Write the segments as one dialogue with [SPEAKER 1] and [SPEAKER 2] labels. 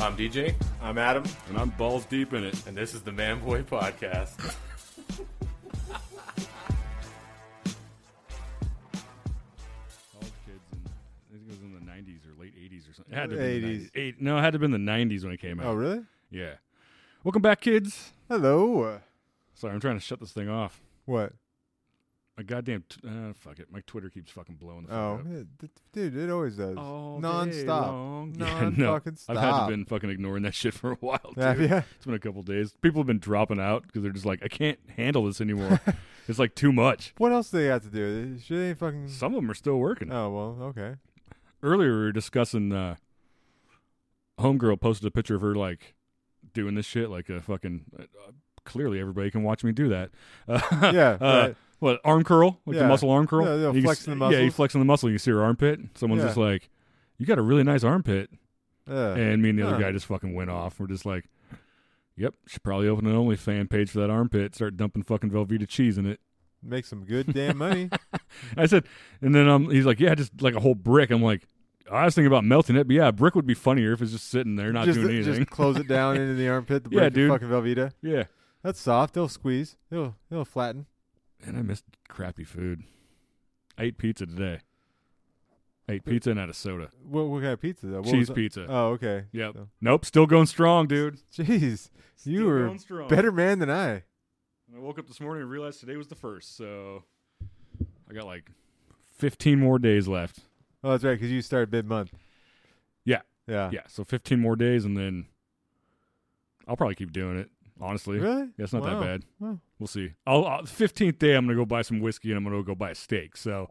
[SPEAKER 1] I'm DJ,
[SPEAKER 2] I'm Adam,
[SPEAKER 3] And I'm balls deep in it.
[SPEAKER 1] and this is the Man Boy Podcast.
[SPEAKER 3] College kids, and I think it was in the 90s or late 80s or something. It had to
[SPEAKER 2] 80s.
[SPEAKER 3] be eight. No, it had to have been the 90s when it came out.
[SPEAKER 2] Oh, really?
[SPEAKER 3] Yeah. Welcome back, kids.
[SPEAKER 2] Hello. Uh,
[SPEAKER 3] Sorry, I'm trying to shut this thing off.
[SPEAKER 2] What?
[SPEAKER 3] My goddamn, t- uh, fuck it. My Twitter keeps fucking blowing the fuck
[SPEAKER 2] Oh,
[SPEAKER 3] up.
[SPEAKER 2] it- d- dude, it always does.
[SPEAKER 3] All day
[SPEAKER 2] Non-stop.
[SPEAKER 3] long. Yeah,
[SPEAKER 2] Non
[SPEAKER 3] no,
[SPEAKER 2] Oh, fucking stop.
[SPEAKER 3] I've had to been fucking ignoring that shit for a while. Too.
[SPEAKER 2] Yeah, yeah.
[SPEAKER 3] It's been a couple days. People have been dropping out because they're just like, I can't handle this anymore. it's like too much.
[SPEAKER 2] What else do they got to do? Shit ain't fucking.
[SPEAKER 3] Some of them are still working.
[SPEAKER 2] Oh well, okay.
[SPEAKER 3] earlier we were discussing uh homegirl posted a picture of her like doing this shit like a fucking uh, clearly everybody can watch me do that uh,
[SPEAKER 2] Yeah,
[SPEAKER 3] uh,
[SPEAKER 2] right.
[SPEAKER 3] what arm curl like
[SPEAKER 2] Yeah.
[SPEAKER 3] the muscle arm curl
[SPEAKER 2] Yeah, yeah,
[SPEAKER 3] You can
[SPEAKER 2] flexing
[SPEAKER 3] s-
[SPEAKER 2] the
[SPEAKER 3] yeah you
[SPEAKER 2] muscles.
[SPEAKER 3] flexing the muscle you see her armpit someone's
[SPEAKER 2] Yeah.
[SPEAKER 3] just like you got a really nice armpit uh,
[SPEAKER 2] Yeah.
[SPEAKER 3] and me and the other
[SPEAKER 2] Huh.
[SPEAKER 3] guy just fucking went off we're just like yep should probably open an OnlyFan page for that armpit start dumping fucking Velveeta cheese in it
[SPEAKER 2] Make some good damn money.
[SPEAKER 3] I said, and then um, he's like, yeah, just like a whole brick. I'm like, I was thinking about melting it, but yeah, a brick would be funnier if it's just sitting there not
[SPEAKER 2] just,
[SPEAKER 3] doing anything.
[SPEAKER 2] just close it down into the armpit. The
[SPEAKER 3] Yeah,
[SPEAKER 2] break the
[SPEAKER 3] dude.
[SPEAKER 2] Fucking Velveeta.
[SPEAKER 3] yeah.
[SPEAKER 2] That's soft. It'll squeeze. It'll it'll flatten.
[SPEAKER 3] And I missed crappy food. I ate pizza today. I ate pizza and had a soda.
[SPEAKER 2] What, what kind of pizza though? What
[SPEAKER 3] Cheese
[SPEAKER 2] was-
[SPEAKER 3] pizza.
[SPEAKER 2] Oh, okay.
[SPEAKER 3] yep.
[SPEAKER 2] so-
[SPEAKER 3] Nope. Still going strong, dude.
[SPEAKER 2] Jeez, you
[SPEAKER 3] Still
[SPEAKER 2] were
[SPEAKER 3] going strong.
[SPEAKER 2] better man than I.
[SPEAKER 3] And I woke up this morning and realized today was the first, so I got like 15 more days left.
[SPEAKER 2] Oh, that's right, because you started mid month.
[SPEAKER 3] Yeah.
[SPEAKER 2] Yeah.
[SPEAKER 3] yeah. So 15 more days, and then I'll probably keep doing it. Honestly.
[SPEAKER 2] Really?
[SPEAKER 3] Yeah, it's not
[SPEAKER 2] Wow.
[SPEAKER 3] that bad.
[SPEAKER 2] Wow.
[SPEAKER 3] We'll see. I'll, I'll 15th day, I'm going to go buy some whiskey and I'm going to go buy a steak. So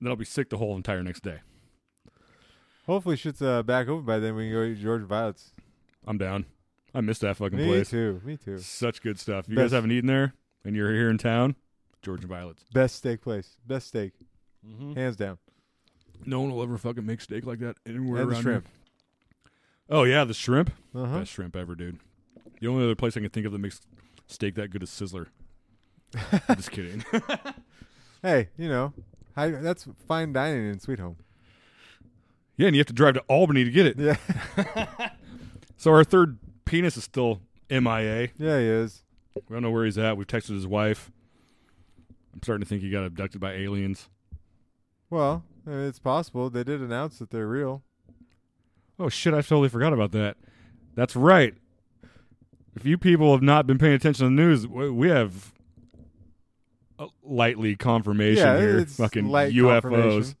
[SPEAKER 3] then I'll be sick the whole entire next day.
[SPEAKER 2] Hopefully, shit's uh, back open by then. We can go to George Violet's.
[SPEAKER 3] I'm down. I miss that fucking
[SPEAKER 2] Me
[SPEAKER 3] place.
[SPEAKER 2] too. Me too.
[SPEAKER 3] Such good stuff. If you
[SPEAKER 2] Best-
[SPEAKER 3] guys haven't eaten there and you're here in town, George and Violet's.
[SPEAKER 2] Best steak place. Best steak, hands down.
[SPEAKER 3] No one will ever fucking make steak like that anywhere
[SPEAKER 2] and the
[SPEAKER 3] around
[SPEAKER 2] shrimp.
[SPEAKER 3] Here. Oh, yeah, the shrimp.
[SPEAKER 2] Uh huh.
[SPEAKER 3] Best shrimp ever, dude. The only other place I can think of that makes steak that good is Sizzler. I'm just kidding.
[SPEAKER 2] Hey, you know, hi, that's fine dining in Sweet Home.
[SPEAKER 3] Yeah, and you have to drive to Albany to get it.
[SPEAKER 2] Yeah.
[SPEAKER 3] So our third penis is still MIA.
[SPEAKER 2] yeah, he is.
[SPEAKER 3] We don't know where he's at. We've texted his wife. I'm starting to think he got abducted by aliens.
[SPEAKER 2] Well, I mean, it's possible they did announce that they're real.
[SPEAKER 3] Oh shit, I totally forgot about that. That's right. If you people have not been paying attention to the news, w- we have a lightly confirmation
[SPEAKER 2] yeah,
[SPEAKER 3] here.
[SPEAKER 2] it's
[SPEAKER 3] Fucking
[SPEAKER 2] light
[SPEAKER 3] UFOs.
[SPEAKER 2] confirmation.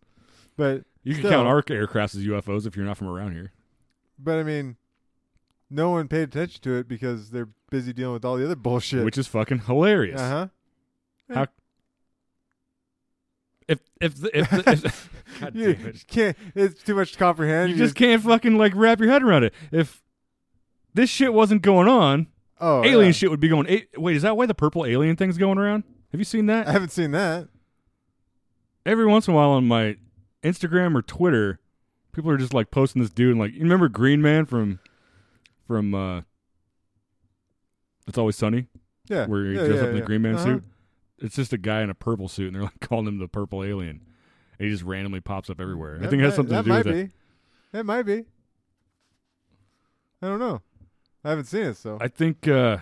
[SPEAKER 2] But
[SPEAKER 3] You can
[SPEAKER 2] Still.
[SPEAKER 3] count our aircrafts as UFOs if you're not from around here.
[SPEAKER 2] but I mean, no one paid attention to it because they're busy dealing with all the other bullshit.
[SPEAKER 3] Which is fucking hilarious.
[SPEAKER 2] uh huh.
[SPEAKER 3] How if if the, if, the, if God
[SPEAKER 2] You
[SPEAKER 3] damn it.
[SPEAKER 2] can't. It's too much to comprehend.
[SPEAKER 3] you just can't fucking like wrap your head around it. If this shit wasn't going on,
[SPEAKER 2] oh
[SPEAKER 3] alien
[SPEAKER 2] yeah.
[SPEAKER 3] shit would be going. A- Wait, is that why the purple alien thing's going around? Have you seen
[SPEAKER 2] I
[SPEAKER 3] that?
[SPEAKER 2] haven't seen that.
[SPEAKER 3] Every once in a while on my Instagram or Twitter, people are just like posting this dude and like, you remember Green Man from from uh It's Always Sunny,
[SPEAKER 2] Yeah.
[SPEAKER 3] where he
[SPEAKER 2] yeah,
[SPEAKER 3] dressed
[SPEAKER 2] yeah,
[SPEAKER 3] up in the
[SPEAKER 2] yeah.
[SPEAKER 3] Green Man
[SPEAKER 2] Uh-huh.
[SPEAKER 3] suit. It's just a guy in a purple suit, and they're like calling him the purple alien. And he just randomly pops up everywhere. I
[SPEAKER 2] That
[SPEAKER 3] think it has
[SPEAKER 2] might-
[SPEAKER 3] something
[SPEAKER 2] that
[SPEAKER 3] to do
[SPEAKER 2] might
[SPEAKER 3] with it.
[SPEAKER 2] be. That might be. I don't know. I haven't seen it, so
[SPEAKER 3] I think. uh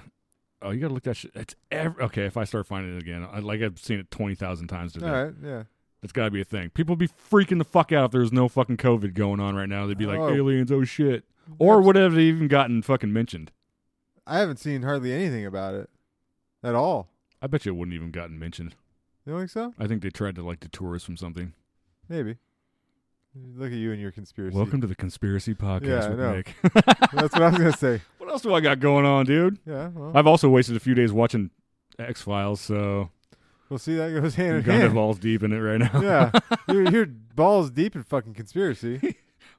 [SPEAKER 3] Oh, you gotta look that shit. It's ev- okay. If I start finding it again, I, like I've seen it twenty thousand times today.
[SPEAKER 2] all right, yeah.
[SPEAKER 3] That's gotta be a thing. People would be freaking the fuck out if there was no fucking COVID going on right now. They'd be like
[SPEAKER 2] Oh.
[SPEAKER 3] aliens. Oh shit. Or would it have even gotten fucking mentioned?
[SPEAKER 2] I haven't seen hardly anything about it at all.
[SPEAKER 3] I bet you it wouldn't even gotten mentioned.
[SPEAKER 2] You don't think so?
[SPEAKER 3] I think they tried to like detour us from something.
[SPEAKER 2] Maybe. Look at you and your conspiracy.
[SPEAKER 3] Welcome to the conspiracy podcast
[SPEAKER 2] Yeah, I
[SPEAKER 3] with
[SPEAKER 2] know.
[SPEAKER 3] Nick.
[SPEAKER 2] That's what I was gonna say.
[SPEAKER 3] what else do I got going on, dude?
[SPEAKER 2] Yeah. Well,
[SPEAKER 3] I've also wasted a few days watching X Files, so
[SPEAKER 2] we'll see. That goes
[SPEAKER 3] I'm
[SPEAKER 2] hand in
[SPEAKER 3] kind of
[SPEAKER 2] hand.
[SPEAKER 3] balls deep in it right now.
[SPEAKER 2] yeah. You're, you're balls deep in fucking conspiracy.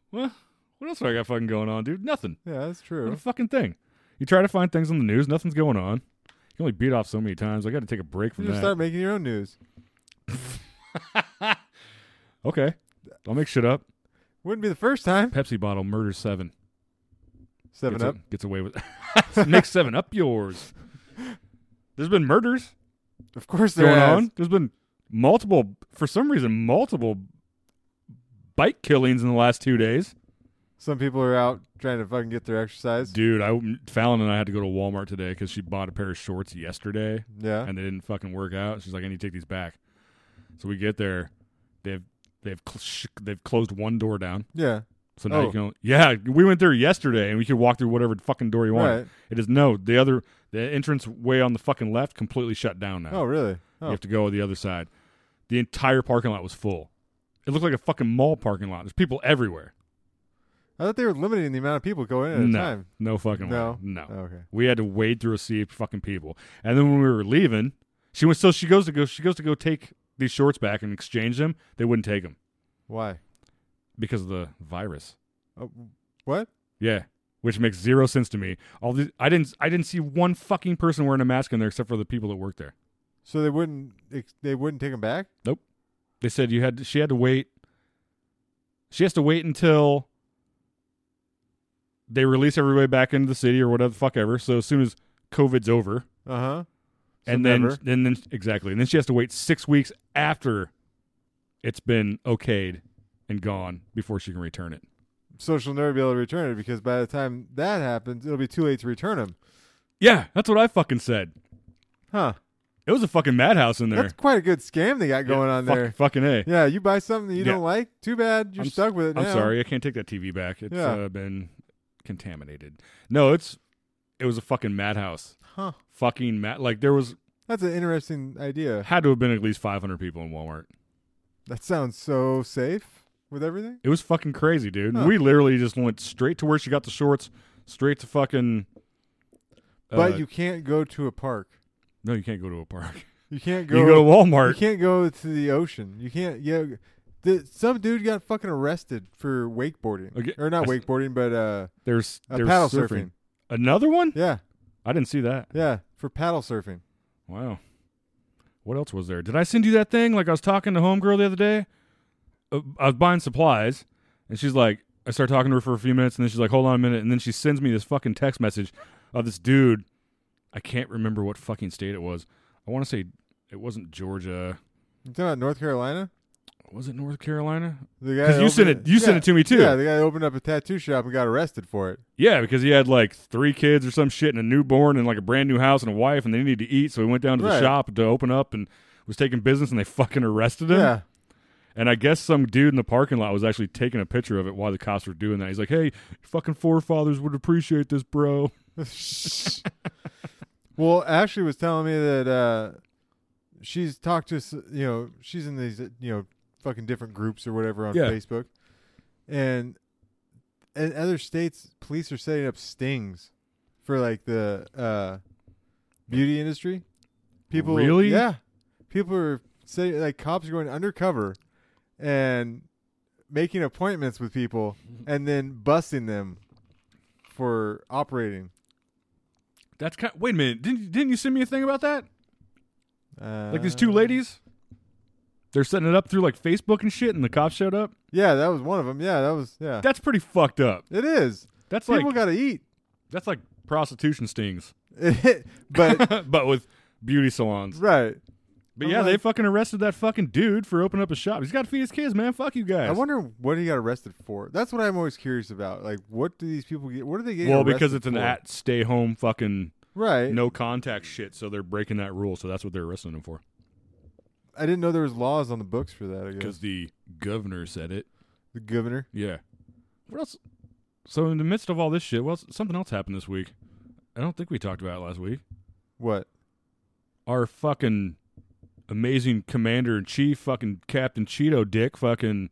[SPEAKER 3] Well, what else do I got fucking going on, dude? Nothing.
[SPEAKER 2] Yeah, that's
[SPEAKER 3] Not
[SPEAKER 2] true.
[SPEAKER 3] a fucking thing. You try to find things on the news, nothing's going on. You only beat off so many times. I got to take a break
[SPEAKER 2] You
[SPEAKER 3] from
[SPEAKER 2] just
[SPEAKER 3] that.
[SPEAKER 2] start making your own news.
[SPEAKER 3] okay, I'll make shit up.
[SPEAKER 2] Wouldn't be the first time.
[SPEAKER 3] Pepsi bottle murders seven.
[SPEAKER 2] Seven
[SPEAKER 3] gets
[SPEAKER 2] up.
[SPEAKER 3] gets away with Nick seven up yours. There's been murders
[SPEAKER 2] Of course there
[SPEAKER 3] going
[SPEAKER 2] has.
[SPEAKER 3] on. There's been multiple, for some reason, multiple bike killings in the last two days.
[SPEAKER 2] Some people are out trying to fucking get their exercise.
[SPEAKER 3] Dude, I Fallon and I had to go to Walmart today because she bought a pair of shorts yesterday
[SPEAKER 2] yeah.
[SPEAKER 3] and they didn't fucking work out. She's like, I need to take these back. So we get there, they've they've cl- sh- they've closed one door down.
[SPEAKER 2] yeah.
[SPEAKER 3] So now
[SPEAKER 2] Oh.
[SPEAKER 3] you can. Only, yeah, we went there yesterday and we could walk through whatever fucking door you want.
[SPEAKER 2] Right.
[SPEAKER 3] It is no the other the entrance way on the fucking left completely shut down now.
[SPEAKER 2] Oh, really?
[SPEAKER 3] You
[SPEAKER 2] Oh.
[SPEAKER 3] have to go the other side. The entire parking lot was full. It looked like a fucking mall parking lot. There's people everywhere.
[SPEAKER 2] I thought they were limiting the amount of people going in at
[SPEAKER 3] no,
[SPEAKER 2] a time.
[SPEAKER 3] no fucking way.
[SPEAKER 2] No.
[SPEAKER 3] no.
[SPEAKER 2] Oh, okay.
[SPEAKER 3] We had to wade through a sea of fucking people. And then when we were leaving, she went. So she goes to go. She goes to go take these shorts back and exchange them. They wouldn't take them
[SPEAKER 2] Why?
[SPEAKER 3] because of the virus.
[SPEAKER 2] Oh, what?
[SPEAKER 3] Yeah, which makes zero sense to me. All these, I didn't. I didn't see one fucking person wearing a mask in there except for the people that worked there.
[SPEAKER 2] So they wouldn't ex- they wouldn't take them back?
[SPEAKER 3] They said you had. She had to wait. She has to wait until they release everybody back into the city or whatever the fuck ever. So as soon as COVID's over,
[SPEAKER 2] Uh huh.
[SPEAKER 3] and then and then exactly, and then she has to wait six weeks after it's been okayed and gone before she can return it.
[SPEAKER 2] so she'll never be able to return it because by the time that happens, it'll be too late to return them.
[SPEAKER 3] Yeah, that's what I fucking said.
[SPEAKER 2] Huh?
[SPEAKER 3] It was a fucking madhouse in there.
[SPEAKER 2] That's quite a good scam they got going on
[SPEAKER 3] Fuck-
[SPEAKER 2] there.
[SPEAKER 3] Fucking a.
[SPEAKER 2] Yeah, you buy something that you
[SPEAKER 3] Yeah.
[SPEAKER 2] don't like. Too bad you're
[SPEAKER 3] I'm s-
[SPEAKER 2] stuck with it.
[SPEAKER 3] I'm
[SPEAKER 2] now.
[SPEAKER 3] sorry, I can't take that TV back. It's
[SPEAKER 2] Yeah.
[SPEAKER 3] uh, been contaminated. No, it's it was a fucking madhouse.
[SPEAKER 2] Huh?
[SPEAKER 3] Fucking mad. Like there was
[SPEAKER 2] That's an interesting idea.
[SPEAKER 3] had to have been at least 500 people in Walmart.
[SPEAKER 2] That sounds so safe with everything.
[SPEAKER 3] It was fucking crazy, dude.
[SPEAKER 2] Huh.
[SPEAKER 3] We literally just went straight to where she got the shorts, straight to fucking. uh,
[SPEAKER 2] But you can't go to a park.
[SPEAKER 3] no, you can't go to a park.
[SPEAKER 2] You can't go.
[SPEAKER 3] you go to
[SPEAKER 2] you
[SPEAKER 3] Walmart.
[SPEAKER 2] can't go to the ocean. You can't. Yeah. The, some dude got fucking arrested for wakeboarding,
[SPEAKER 3] Okay,
[SPEAKER 2] or not
[SPEAKER 3] I s-
[SPEAKER 2] wakeboarding, but uh,
[SPEAKER 3] There's
[SPEAKER 2] uh,
[SPEAKER 3] there's
[SPEAKER 2] paddle
[SPEAKER 3] surfing.
[SPEAKER 2] surfing.
[SPEAKER 3] Another one?
[SPEAKER 2] Yeah,
[SPEAKER 3] I didn't see that.
[SPEAKER 2] yeah, for paddle surfing.
[SPEAKER 3] Wow. What else was there? Did I send you that thing? Like I was talking to homegirl the other day. Uh, I was buying supplies, and she's like, I start talking to her for a few minutes, and then she's like, "Hold on a minute," and then she sends me this fucking text message of this dude. I can't remember what fucking state it was. I want to say it wasn't Georgia.
[SPEAKER 2] You talking about North Carolina?
[SPEAKER 3] Was it North Carolina?
[SPEAKER 2] The guy
[SPEAKER 3] Because
[SPEAKER 2] that
[SPEAKER 3] you sent it.
[SPEAKER 2] opened
[SPEAKER 3] You sent
[SPEAKER 2] yeah.
[SPEAKER 3] it to me too.
[SPEAKER 2] Yeah,
[SPEAKER 3] Yeah,
[SPEAKER 2] the guy that opened up a tattoo shop and got arrested for it.
[SPEAKER 3] because he had like three kids or some shit, and a newborn, and like a brand new house, and a wife, and they needed to eat, so he went down to the
[SPEAKER 2] Right.
[SPEAKER 3] shop to open up and was taking business, and they fucking arrested him.
[SPEAKER 2] Yeah,
[SPEAKER 3] And I guess some dude in the parking lot was actually taking a picture of it while the cops were doing that. He's like, "Hey, your fucking forefathers would appreciate this, bro."
[SPEAKER 2] well, Ashley was telling me that uh, she's talked to s- you know she's in these uh, you know fucking different groups or whatever on
[SPEAKER 3] Yeah.
[SPEAKER 2] Facebook, and in other states, police are setting up stings for like the uh, beauty industry. People
[SPEAKER 3] Really?
[SPEAKER 2] yeah, people are saying like cops are going undercover and making appointments with people and then busting them for operating.
[SPEAKER 3] That's kind. wait a minute, didn't didn't you send me a thing about that?
[SPEAKER 2] Uh,
[SPEAKER 3] Like these two ladies, they're setting it up through like Facebook and shit, and the cops showed up.
[SPEAKER 2] Yeah, that was one of them. Yeah, that was yeah.
[SPEAKER 3] That's pretty fucked up.
[SPEAKER 2] it is.
[SPEAKER 3] That's
[SPEAKER 2] People
[SPEAKER 3] like
[SPEAKER 2] got to eat.
[SPEAKER 3] that's like prostitution stings,
[SPEAKER 2] but
[SPEAKER 3] but with beauty salons.
[SPEAKER 2] right.
[SPEAKER 3] But
[SPEAKER 2] I'm
[SPEAKER 3] yeah, they
[SPEAKER 2] like-
[SPEAKER 3] fucking arrested that fucking dude for opening up a shop. He's got to feed his kids, man. Fuck you guys.
[SPEAKER 2] I wonder what he got arrested for. That's what I'm always curious about. Like, what do these people get? What are they getting?
[SPEAKER 3] well, because
[SPEAKER 2] arrested
[SPEAKER 3] it's an
[SPEAKER 2] for?
[SPEAKER 3] at stay home fucking
[SPEAKER 2] Right.
[SPEAKER 3] no contact shit, so they're breaking that rule. So that's what they're arresting him for.
[SPEAKER 2] I didn't know there was laws on the books for that. I guess
[SPEAKER 3] Because the governor said it.
[SPEAKER 2] the governor.
[SPEAKER 3] Yeah. What else? So in the midst of all this shit, well, something else happened this week. I don't think we talked about it last week.
[SPEAKER 2] What?
[SPEAKER 3] Our fucking amazing commander in chief, fucking Captain Cheeto Dick, fucking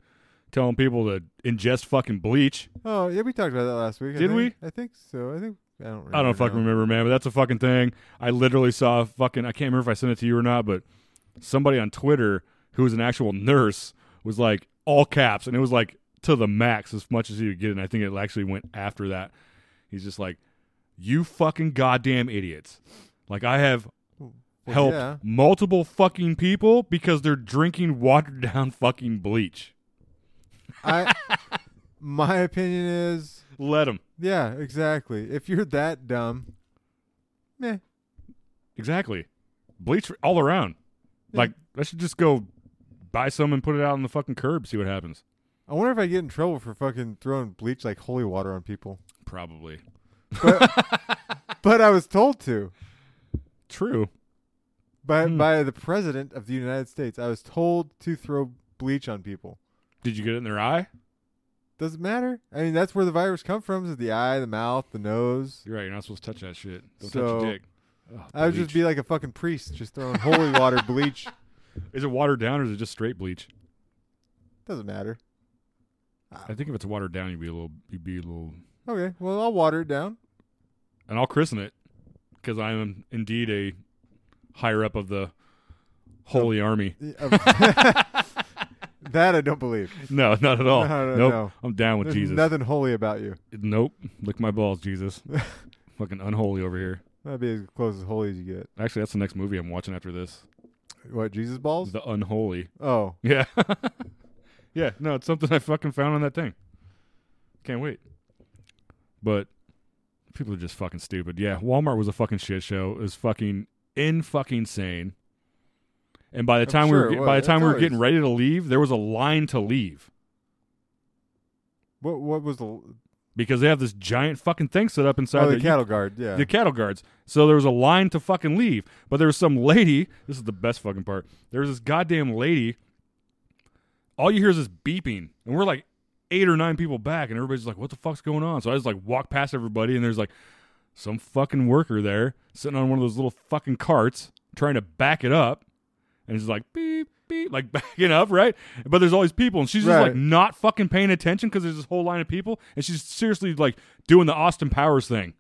[SPEAKER 3] telling people to ingest fucking bleach.
[SPEAKER 2] Oh yeah, we talked about that last week. I
[SPEAKER 3] Did
[SPEAKER 2] think. I think so. I think I don't. Remember
[SPEAKER 3] I don't fucking
[SPEAKER 2] now.
[SPEAKER 3] remember, man, but that's a fucking thing. I literally saw a fucking I can't remember if I sent it to you or not, but somebody on Twitter who was an actual nurse was like all caps and it was like to the max as much as he could get and I think it actually went after that. He's just like, You fucking goddamn idiots. Like I have
[SPEAKER 2] Well,
[SPEAKER 3] helped
[SPEAKER 2] yeah.
[SPEAKER 3] multiple fucking people because they're drinking watered down fucking bleach.
[SPEAKER 2] I. My opinion is,
[SPEAKER 3] Let them.
[SPEAKER 2] yeah, exactly. If you're that dumb, meh.
[SPEAKER 3] Exactly. Bleach all around. Like I should just go buy some and put it out on the fucking curb, see what happens.
[SPEAKER 2] I I wonder if I get in trouble for fucking throwing bleach like holy water on people.
[SPEAKER 3] Probably.
[SPEAKER 2] But I was told to
[SPEAKER 3] True.
[SPEAKER 2] by
[SPEAKER 3] Hmm.
[SPEAKER 2] by the president of the United States. I was told to throw bleach on people.
[SPEAKER 3] Did you get it in their eye?
[SPEAKER 2] Doesn't matter. I mean, that's where the virus come from: is the eye, the mouth, the nose.
[SPEAKER 3] You're right. You're not supposed to touch that shit. Don't touch
[SPEAKER 2] So,
[SPEAKER 3] your dick. Ugh,
[SPEAKER 2] I would just
[SPEAKER 3] Oh, bleach.
[SPEAKER 2] be like a fucking priest, just throwing holy water, bleach.
[SPEAKER 3] Is it watered down or is it just straight bleach?
[SPEAKER 2] Doesn't matter.
[SPEAKER 3] I think if it's watered down, you'd be a little. You'd be a little.
[SPEAKER 2] Okay, well, I'll water it down.
[SPEAKER 3] And I'll christen it because I am indeed a higher up of the holy army.
[SPEAKER 2] um, that I don't believe.
[SPEAKER 3] No, not at all.
[SPEAKER 2] No, no,
[SPEAKER 3] Oh, nope.
[SPEAKER 2] no.
[SPEAKER 3] I'm down with
[SPEAKER 2] There's
[SPEAKER 3] Jesus.
[SPEAKER 2] nothing holy about you.
[SPEAKER 3] Nope. Lick my balls, Jesus. Fucking unholy over here.
[SPEAKER 2] That'd be as close as holy as you get.
[SPEAKER 3] Actually, that's the next movie I'm watching after this.
[SPEAKER 2] What Jesus balls?
[SPEAKER 3] The Unholy.
[SPEAKER 2] oh,
[SPEAKER 3] Yeah. yeah, no, it's something I fucking found on that thing. Can't wait. But people are just fucking stupid. Yeah, Walmart was a fucking shit show. It was fucking in fucking sane. And by the
[SPEAKER 2] I'm
[SPEAKER 3] time
[SPEAKER 2] sure it
[SPEAKER 3] we were,
[SPEAKER 2] was.
[SPEAKER 3] get- by the
[SPEAKER 2] It's
[SPEAKER 3] time we were
[SPEAKER 2] always-
[SPEAKER 3] getting ready to leave, there was a line to leave
[SPEAKER 2] what what was the oh,
[SPEAKER 3] because they have this giant fucking thing set up inside
[SPEAKER 2] the
[SPEAKER 3] that you
[SPEAKER 2] cattle guard? Yeah,
[SPEAKER 3] the cattle guards. So there was a line to fucking leave, but there was some lady. This is the best fucking part. There was this goddamn lady. All you hear is this beeping, and we're like eight or nine people back, and everybody's like, "What the fuck's going on?" So I just like walk past everybody, and there's like some fucking worker there sitting on one of those little fucking carts trying to back it up, and he's like beep beep, like backing up, right? But there's all these people, and she's just like
[SPEAKER 2] Right.
[SPEAKER 3] not fucking paying attention because there's this whole line of people, and she's seriously like doing the Austin Powers thing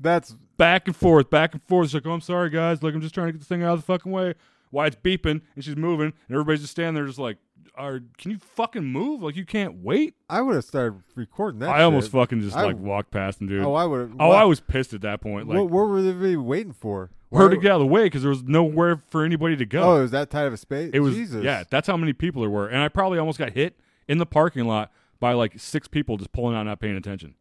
[SPEAKER 2] that's
[SPEAKER 3] back and forth, back and forth. She's like, oh, I'm sorry, guys. Like, I'm just trying to get this thing out of the fucking way. Why it's beeping and she's moving, and everybody's just standing there, just like, Are, can you fucking move? Like, you can't wait.
[SPEAKER 2] I would have started recording that.
[SPEAKER 3] I almost
[SPEAKER 2] shit.
[SPEAKER 3] fucking just
[SPEAKER 2] I-
[SPEAKER 3] like walked past him, dude.
[SPEAKER 2] Oh, I would have.
[SPEAKER 3] oh, I was pissed at that point. Like,
[SPEAKER 2] what, what were they really waiting for?
[SPEAKER 3] where to
[SPEAKER 2] Why-
[SPEAKER 3] get out of the way because there was nowhere for anybody to go.
[SPEAKER 2] Oh, it was that tight of a space?
[SPEAKER 3] it was,
[SPEAKER 2] Jesus.
[SPEAKER 3] yeah, that's how many people there were. And I probably almost got hit in the parking lot by like six people just pulling out, and not paying attention,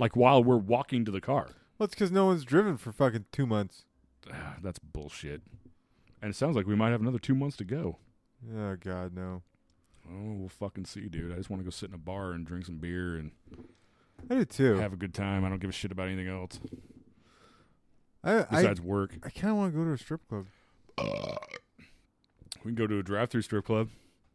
[SPEAKER 3] like while we're walking to the car.
[SPEAKER 2] Well, it's because no one's driven for fucking two months.
[SPEAKER 3] Ah, that's bullshit. And it sounds like we might have another two months to go.
[SPEAKER 2] Oh God, no.
[SPEAKER 3] Oh, we'll fucking see, dude. I just want to go sit in a bar and drink some beer and
[SPEAKER 2] I do too.
[SPEAKER 3] have a good time. I don't give a shit about anything else
[SPEAKER 2] I I,
[SPEAKER 3] besides work.
[SPEAKER 2] I kind of want to go to a strip club.
[SPEAKER 3] We can go to a drive-through strip club.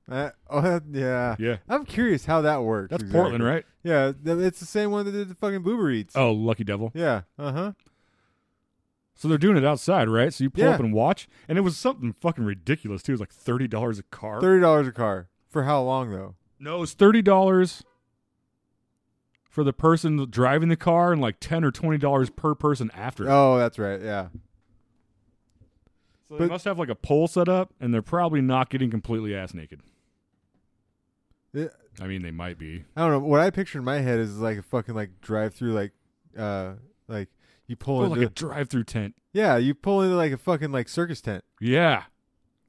[SPEAKER 2] I, oh that- yeah.
[SPEAKER 3] Yeah,
[SPEAKER 2] I'm curious how that works.
[SPEAKER 3] that's
[SPEAKER 2] exactly.
[SPEAKER 3] Portland, right?
[SPEAKER 2] Yeah, th- it's the same one that did the fucking Boober Eats.
[SPEAKER 3] Oh, lucky devil.
[SPEAKER 2] Yeah. Uh huh.
[SPEAKER 3] So they're doing it outside, right? So you pull
[SPEAKER 2] Yeah.
[SPEAKER 3] up and watch, and it was something fucking ridiculous too. It was like thirty dollars a car.
[SPEAKER 2] Thirty dollars a car for how long though?
[SPEAKER 3] No, it's thirty dollars for the person driving the car, and like ten or twenty dollars per person after.
[SPEAKER 2] Oh, that's right. Yeah.
[SPEAKER 3] so they
[SPEAKER 2] but-
[SPEAKER 3] must have like a pole set up, and they're probably not getting completely ass naked.
[SPEAKER 2] It-
[SPEAKER 3] I mean, they might be.
[SPEAKER 2] I don't know. What I picture in my head is like a fucking like drive through like uh like you pull
[SPEAKER 3] Oh,
[SPEAKER 2] into
[SPEAKER 3] like a drive-through tent.
[SPEAKER 2] yeah you pull into like a fucking like circus tent.
[SPEAKER 3] Yeah.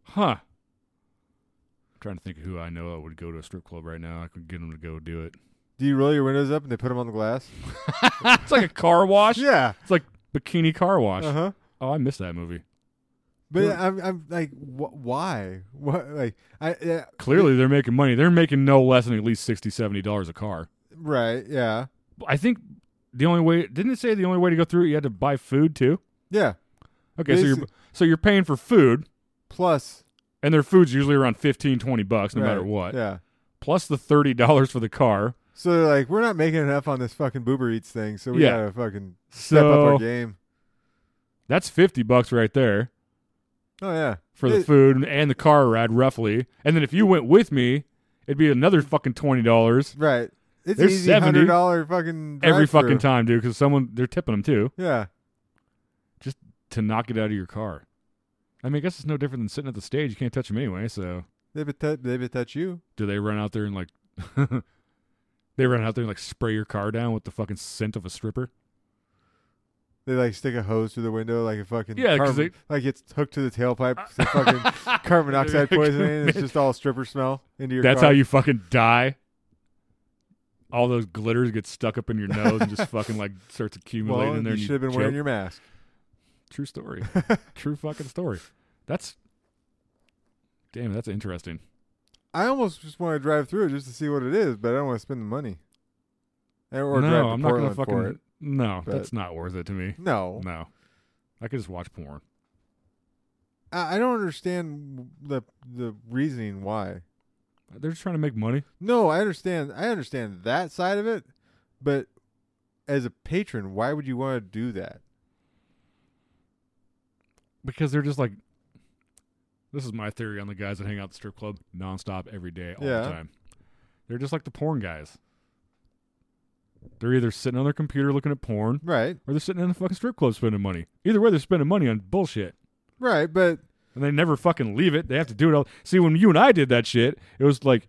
[SPEAKER 3] Huh. I'm trying to think of who I know that would go to a strip club right now. I could get them to go do it.
[SPEAKER 2] Do you roll your windows up and they put them on the glass?
[SPEAKER 3] it's like a car wash.
[SPEAKER 2] yeah.
[SPEAKER 3] It's like bikini car wash.
[SPEAKER 2] Uh huh.
[SPEAKER 3] Oh, I missed that movie.
[SPEAKER 2] But
[SPEAKER 3] Yeah.
[SPEAKER 2] I'm I'm like wh- why what like I yeah,
[SPEAKER 3] Clearly, they're making money. They're making no less than at least $60, 70 dollars a car.
[SPEAKER 2] right yeah
[SPEAKER 3] I think the only way didn't it say the only way to go through it, you had to buy food too.
[SPEAKER 2] yeah
[SPEAKER 3] Okay, so you're
[SPEAKER 2] Basi-
[SPEAKER 3] so you're paying for food,
[SPEAKER 2] plus
[SPEAKER 3] and their food's usually around 15 20 bucks, no
[SPEAKER 2] right,
[SPEAKER 3] matter what.
[SPEAKER 2] yeah
[SPEAKER 3] Plus the thirty dollars for the car.
[SPEAKER 2] so they're like we're not making enough on this fucking Boober Eats thing so we
[SPEAKER 3] Yeah.
[SPEAKER 2] gotta fucking step up
[SPEAKER 3] So
[SPEAKER 2] our game
[SPEAKER 3] that's fifty bucks right there.
[SPEAKER 2] oh yeah
[SPEAKER 3] for the
[SPEAKER 2] It-
[SPEAKER 3] food and the car ride roughly. And then if you went with me, it'd be another fucking twenty dollars
[SPEAKER 2] right it's
[SPEAKER 3] There's
[SPEAKER 2] easy
[SPEAKER 3] 70
[SPEAKER 2] hundred dollar fucking
[SPEAKER 3] every
[SPEAKER 2] drive-thru.
[SPEAKER 3] fucking time, dude. Because someone they're tipping them too
[SPEAKER 2] yeah
[SPEAKER 3] to knock it out of your car. I mean, I guess it's no different than sitting at the stage. You can't touch them anyway. So
[SPEAKER 2] they would tou- they would touch you
[SPEAKER 3] do they run out there and like they run out there and like spray your car down with the fucking scent of a stripper?
[SPEAKER 2] They like stick a hose through the window, like a fucking
[SPEAKER 3] Yeah, 'cause
[SPEAKER 2] carbon- like it's hooked to the tailpipe. It's a fucking carbon monoxide
[SPEAKER 3] They're gonna
[SPEAKER 2] poisoning. and It's just all stripper smell into your.
[SPEAKER 3] That's
[SPEAKER 2] car.
[SPEAKER 3] how you fucking die. All those glitters get stuck up in your nose and just fucking like starts accumulating
[SPEAKER 2] Well,
[SPEAKER 3] in there.
[SPEAKER 2] you
[SPEAKER 3] and
[SPEAKER 2] should have been
[SPEAKER 3] choke.
[SPEAKER 2] wearing your mask.
[SPEAKER 3] True story. True fucking story. That's damn. That's interesting.
[SPEAKER 2] I almost just want to drive through it just to see what it is, but I don't want to spend the money. And- Or drive
[SPEAKER 3] no,
[SPEAKER 2] to
[SPEAKER 3] I'm not
[SPEAKER 2] Portland
[SPEAKER 3] gonna fucking.
[SPEAKER 2] for it.
[SPEAKER 3] no,
[SPEAKER 2] but-
[SPEAKER 3] that's not worth it to me.
[SPEAKER 2] No,
[SPEAKER 3] No, I could just watch porn.
[SPEAKER 2] I, I don't understand the the reasoning why.
[SPEAKER 3] They're just trying to make money.
[SPEAKER 2] No, I understand. I understand that side of it, but as a patron, why would you want to do that?
[SPEAKER 3] because they're just like this is my theory on the guys that hang out at the strip club nonstop every day all
[SPEAKER 2] Yeah.
[SPEAKER 3] the time they're just like the porn guys they're either sitting on their computer looking at porn
[SPEAKER 2] Right,
[SPEAKER 3] or they're sitting in the fucking strip club spending money either way they're spending money on bullshit
[SPEAKER 2] right, but
[SPEAKER 3] and they never fucking leave it they have to do it all see when you and i did that shit it was like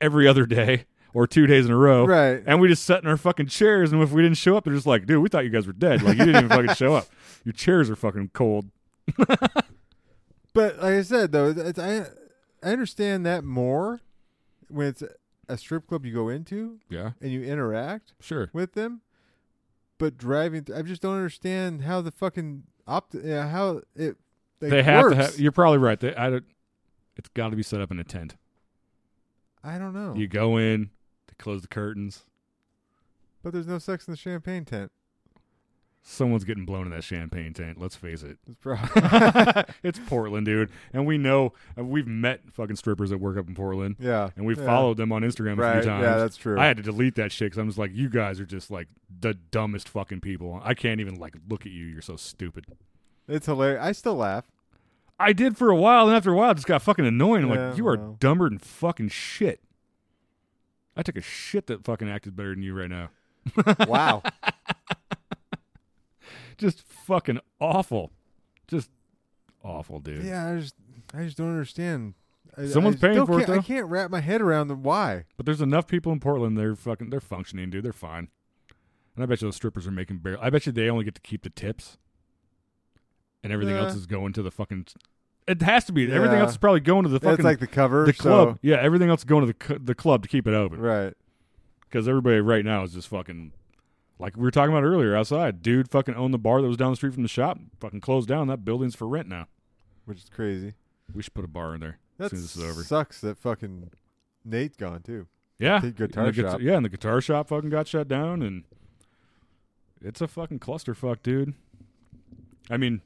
[SPEAKER 3] every other day or two days in a row
[SPEAKER 2] right,
[SPEAKER 3] and we just sat in our fucking chairs and if we didn't show up they're just like dude we thought you guys were dead like you didn't even fucking show up your chairs are fucking cold
[SPEAKER 2] but like I said though, it's, I I understand that more when it's a strip club you go into
[SPEAKER 3] yeah
[SPEAKER 2] and you interact
[SPEAKER 3] sure
[SPEAKER 2] with them, but driving, th- I just don't understand how the fucking opt, yeah, how it like,
[SPEAKER 3] they have
[SPEAKER 2] works.
[SPEAKER 3] to have. You're probably right. They, I don't, it's got to be set up in a tent.
[SPEAKER 2] I don't know,
[SPEAKER 3] You go in, they close the curtains.
[SPEAKER 2] but there's no sex in the champagne tent.
[SPEAKER 3] Someone's getting blown in that champagne tent. Let's face it.
[SPEAKER 2] It's probably
[SPEAKER 3] it's Portland, dude, and we know and we've met fucking strippers that work up in Portland,
[SPEAKER 2] yeah,
[SPEAKER 3] and we've
[SPEAKER 2] yeah.
[SPEAKER 3] followed them on Instagram a
[SPEAKER 2] Right,
[SPEAKER 3] few times.
[SPEAKER 2] yeah, that's true.
[SPEAKER 3] I had to delete that shit because I'm just like, you guys are just like the dumbest fucking people. I can't even like look at you. You're so stupid.
[SPEAKER 2] It's hilarious. I still laugh.
[SPEAKER 3] I did for a while, and after a while, it just got fucking annoying. I'm
[SPEAKER 2] Yeah,
[SPEAKER 3] like, you are
[SPEAKER 2] well.
[SPEAKER 3] dumber than fucking shit. I took a shit that fucking acted better than you right now.
[SPEAKER 2] Wow.
[SPEAKER 3] Just fucking awful. Just awful, dude.
[SPEAKER 2] yeah, I just I just don't understand. I,
[SPEAKER 3] Someone's
[SPEAKER 2] I
[SPEAKER 3] paying
[SPEAKER 2] still
[SPEAKER 3] for it,
[SPEAKER 2] can't- I
[SPEAKER 3] though.
[SPEAKER 2] can't wrap my head around the why.
[SPEAKER 3] But there's enough people in Portland. They're fucking. They're functioning, dude. They're fine. And I bet you those strippers are making barely. I bet you they only get to keep the tips, and everything
[SPEAKER 2] Yeah.
[SPEAKER 3] else is going to the fucking. It has to be. Everything
[SPEAKER 2] Yeah.
[SPEAKER 3] else is probably going to the fucking.
[SPEAKER 2] That's like the cover.
[SPEAKER 3] the
[SPEAKER 2] so-
[SPEAKER 3] club. Yeah, everything else is going to the cu- the club to keep it open.
[SPEAKER 2] right?
[SPEAKER 3] because everybody right now is just fucking like we were talking about earlier outside dude fucking owned the bar that was down the street from the shop fucking closed down that building's for rent now
[SPEAKER 2] Which is crazy.
[SPEAKER 3] we should put a bar in there
[SPEAKER 2] That
[SPEAKER 3] as soon as this is over
[SPEAKER 2] sucks. That fucking Nate's gone too.
[SPEAKER 3] yeah
[SPEAKER 2] the
[SPEAKER 3] and
[SPEAKER 2] guitar
[SPEAKER 3] guita-
[SPEAKER 2] shop.
[SPEAKER 3] yeah and the guitar shop fucking got shut down and it's a fucking clusterfuck dude i mean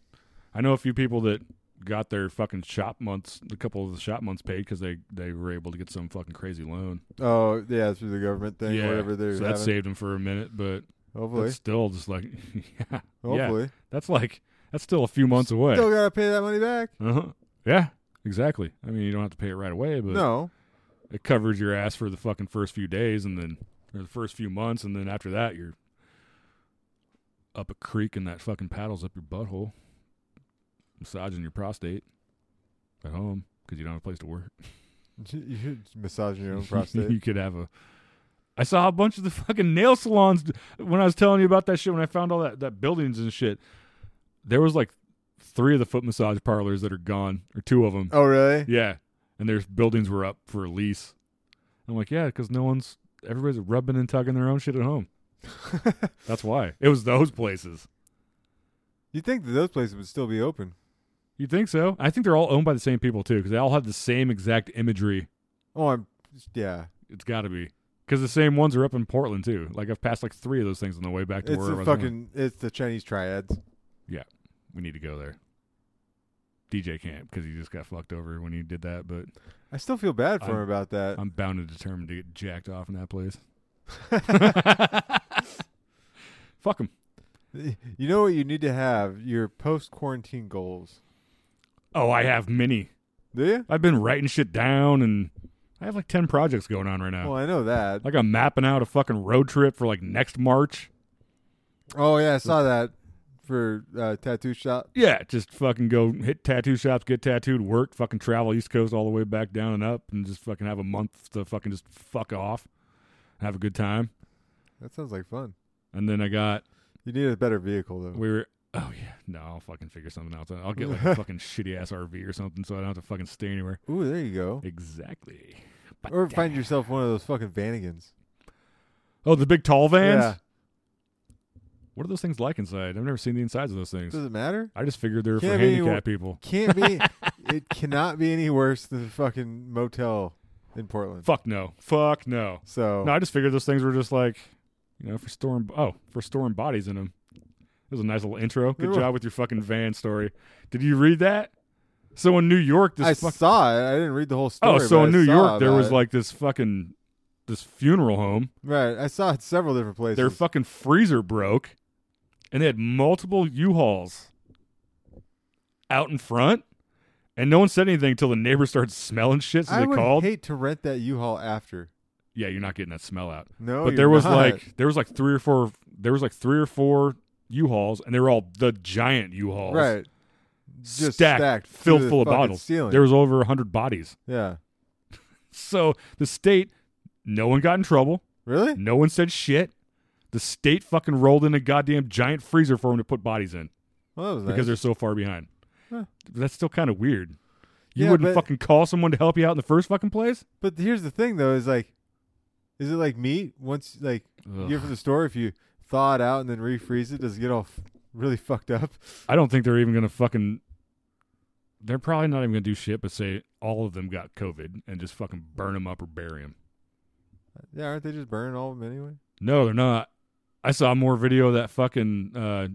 [SPEAKER 3] i know a few people that got their fucking shop months a couple of the shop months paid because they they were able to get some fucking crazy loan
[SPEAKER 2] Oh yeah, through the government thing,
[SPEAKER 3] yeah
[SPEAKER 2] or whatever they're
[SPEAKER 3] so that
[SPEAKER 2] having.
[SPEAKER 3] saved them for a minute but
[SPEAKER 2] Hopefully,
[SPEAKER 3] that's still just like yeah yeah.
[SPEAKER 2] hopefully,
[SPEAKER 3] That's like that's still a few months away.
[SPEAKER 2] still gotta pay that money back.
[SPEAKER 3] Uh-huh. Yeah, exactly. I mean, you don't have to pay it right away, but
[SPEAKER 2] No,
[SPEAKER 3] it covers your ass for the fucking first few days, and then or the first few months, and then after that, you're up a creek, and that fucking paddles up your butthole, massaging your prostate at home because you don't have a place to work.
[SPEAKER 2] you're massaging your own prostate.
[SPEAKER 3] you could have a. I saw a bunch of the fucking nail salons d- when I was telling you about that shit. When I found all that that buildings and shit, there was like three of the foot massage parlors that are gone, or two of them.
[SPEAKER 2] oh really?
[SPEAKER 3] Yeah, and their buildings were up for lease. I'm like, yeah, because no one's everybody's rubbing and tugging their own shit at home. That's why it was those places.
[SPEAKER 2] You think that those places would still be open?
[SPEAKER 3] You think so? I think they're all owned by the same people too, because they all have the same exact imagery.
[SPEAKER 2] Oh, I'm. Yeah,
[SPEAKER 3] It's got to be because the same ones are up in Portland too. Like I've passed like three of those things on the way back to
[SPEAKER 2] it's
[SPEAKER 3] where I
[SPEAKER 2] the
[SPEAKER 3] was going.
[SPEAKER 2] fucking. It's the Chinese triads.
[SPEAKER 3] we need to go there. DJ camp because he just got fucked over when he did that, but
[SPEAKER 2] I still feel bad for
[SPEAKER 3] I'm-
[SPEAKER 2] him about that.
[SPEAKER 3] I'm bound and determined to get jacked off in that place. Fuck him.
[SPEAKER 2] You know what you need to have your post quarantine goals.
[SPEAKER 3] Oh, I have many.
[SPEAKER 2] Do you?
[SPEAKER 3] I've been writing shit down, and I have like ten projects going on right now.
[SPEAKER 2] Well, I know that.
[SPEAKER 3] Like I'm mapping out a fucking road trip for like next March.
[SPEAKER 2] Oh yeah, I saw that for uh, tattoo shop.
[SPEAKER 3] Yeah, just fucking go hit tattoo shops, get tattooed, work, fucking travel East Coast all the way back down and up, and just fucking have a month to fucking just fuck off, have a good time,
[SPEAKER 2] That sounds like fun.
[SPEAKER 3] and then I got
[SPEAKER 2] You need a better vehicle though.
[SPEAKER 3] We were. Oh yeah. No, I'll fucking figure something out. I'll get like a fucking shitty ass RV or something, so I don't have to fucking stay anywhere.
[SPEAKER 2] Ooh, there you go.
[SPEAKER 3] Exactly. But
[SPEAKER 2] Or
[SPEAKER 3] that-
[SPEAKER 2] find yourself one of those fucking Vanagons.
[SPEAKER 3] oh, the big tall vans.
[SPEAKER 2] Yeah.
[SPEAKER 3] What are those things like inside? I've never seen the insides of those things.
[SPEAKER 2] Does it matter?
[SPEAKER 3] I just figured they were for
[SPEAKER 2] Can't be any
[SPEAKER 3] handicapped people.
[SPEAKER 2] Can't be. it cannot be any worse than the fucking motel in Portland.
[SPEAKER 3] Fuck no. Fuck no.
[SPEAKER 2] So
[SPEAKER 3] No, I just figured those things were just like, you know, for storing oh for storing bodies in them. It was a nice little intro. Good
[SPEAKER 2] Yeah.
[SPEAKER 3] job with your fucking van story. Did you read that? So in New York, this
[SPEAKER 2] I
[SPEAKER 3] fuck-
[SPEAKER 2] saw it. I didn't read the whole story.
[SPEAKER 3] oh so
[SPEAKER 2] but
[SPEAKER 3] in
[SPEAKER 2] I
[SPEAKER 3] New
[SPEAKER 2] saw
[SPEAKER 3] York there
[SPEAKER 2] about
[SPEAKER 3] was
[SPEAKER 2] it.
[SPEAKER 3] like this fucking this funeral home.
[SPEAKER 2] right. I saw it several different places.
[SPEAKER 3] Their fucking freezer broke, and they had multiple U-Hauls out in front, and no one said anything until the neighbor started smelling shit. So
[SPEAKER 2] I
[SPEAKER 3] they
[SPEAKER 2] would
[SPEAKER 3] called.
[SPEAKER 2] hate to rent that U-Haul after.
[SPEAKER 3] yeah, you're not getting that smell out. but
[SPEAKER 2] No, Oh, you're
[SPEAKER 3] there was
[SPEAKER 2] not.
[SPEAKER 3] like there was like three or four there was like three or four U-Hauls and they were all the giant U-Hauls.
[SPEAKER 2] right, just
[SPEAKER 3] stacked,
[SPEAKER 2] stacked
[SPEAKER 3] filled
[SPEAKER 2] through the
[SPEAKER 3] full of
[SPEAKER 2] fucking
[SPEAKER 3] bottles.
[SPEAKER 2] ceiling.
[SPEAKER 3] There was over 100 bodies.
[SPEAKER 2] yeah.
[SPEAKER 3] So the state no one got in trouble.
[SPEAKER 2] Really?
[SPEAKER 3] No one said shit. The state fucking rolled in a goddamn giant freezer for them to put bodies in
[SPEAKER 2] Well, that was
[SPEAKER 3] because
[SPEAKER 2] nice.
[SPEAKER 3] they're so far behind.
[SPEAKER 2] Huh.
[SPEAKER 3] That's still kind of weird. You
[SPEAKER 2] Yeah,
[SPEAKER 3] wouldn't
[SPEAKER 2] but-
[SPEAKER 3] fucking call someone to help you out in the first fucking place?
[SPEAKER 2] But here's the thing, though: is like, is it like meat? Once like you get it
[SPEAKER 3] Ugh.
[SPEAKER 2] from the store, if you thaw it out and then refreeze it, does it get all f- really fucked up?
[SPEAKER 3] I don't think they're even gonna fucking. They're probably not even gonna do shit, but say all of them got COVID and just fucking burn them up or bury them.
[SPEAKER 2] Yeah, aren't they just burning all of them anyway?
[SPEAKER 3] No, they're not. I saw more video of that fucking uh,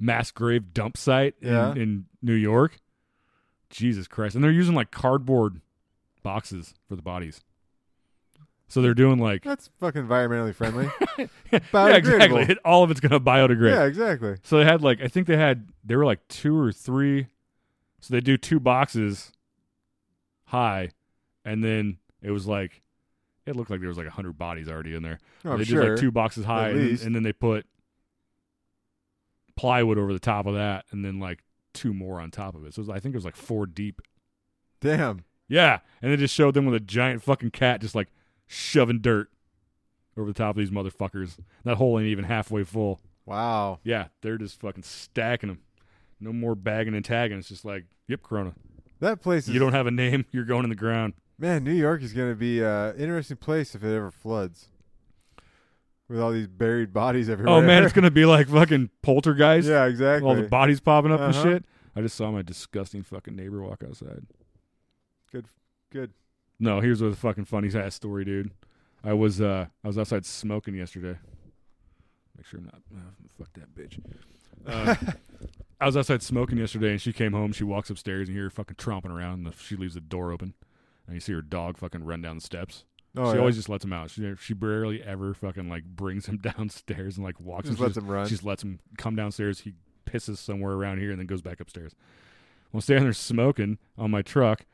[SPEAKER 3] mass grave dump site in,
[SPEAKER 2] Yeah.
[SPEAKER 3] in New York. Jesus Christ! And they're using like cardboard boxes for the bodies. So they're doing like
[SPEAKER 2] That's fucking environmentally friendly.
[SPEAKER 3] yeah, exactly.
[SPEAKER 2] Biodegradable.
[SPEAKER 3] All of it's gonna biodegrade.
[SPEAKER 2] Yeah, exactly.
[SPEAKER 3] So they had like I think they had they were like two or three. So they do two boxes high, and then it was like it looked like there was like hundred bodies already in there.
[SPEAKER 2] No, Oh, I'm
[SPEAKER 3] they
[SPEAKER 2] sure.
[SPEAKER 3] did like two boxes high, and,
[SPEAKER 2] least.
[SPEAKER 3] and then they put plywood over the top of that, and then like two more on top of it. So it was, I think it was like four deep.
[SPEAKER 2] Damn.
[SPEAKER 3] Yeah, and they just showed them with a giant fucking cat just like shoving dirt over the top of these motherfuckers. That hole ain't even halfway full.
[SPEAKER 2] Wow.
[SPEAKER 3] Yeah, they're just fucking stacking them. No more bagging and tagging. It's just like, yep, Corona.
[SPEAKER 2] That place is
[SPEAKER 3] You don't have a name. You're going in the ground.
[SPEAKER 2] Man, New York is going to be an interesting place if it ever floods, with all these buried bodies everywhere.
[SPEAKER 3] Oh man, it's gonna be like fucking poltergeist.
[SPEAKER 2] yeah, exactly.
[SPEAKER 3] all the bodies popping up
[SPEAKER 2] Uh-huh.
[SPEAKER 3] and shit. I just saw my disgusting fucking neighbor walk outside.
[SPEAKER 2] good, good.
[SPEAKER 3] No, here's a fucking funny ass story, dude. I was uh I was outside smoking yesterday. Make sure I'm not oh, fuck that bitch. Uh, I was outside smoking yesterday, and she came home. She walks upstairs, and you hear her fucking tromping around. And the, she leaves the door open, and you see her dog fucking run down the steps.
[SPEAKER 2] Oh,
[SPEAKER 3] she
[SPEAKER 2] yeah.
[SPEAKER 3] always just lets him out. She she barely ever fucking like brings him downstairs and like walks.
[SPEAKER 2] just
[SPEAKER 3] him. She
[SPEAKER 2] lets them run.
[SPEAKER 3] she just lets him come downstairs. He pisses somewhere around here and then goes back upstairs. I'm standing there smoking on my truck,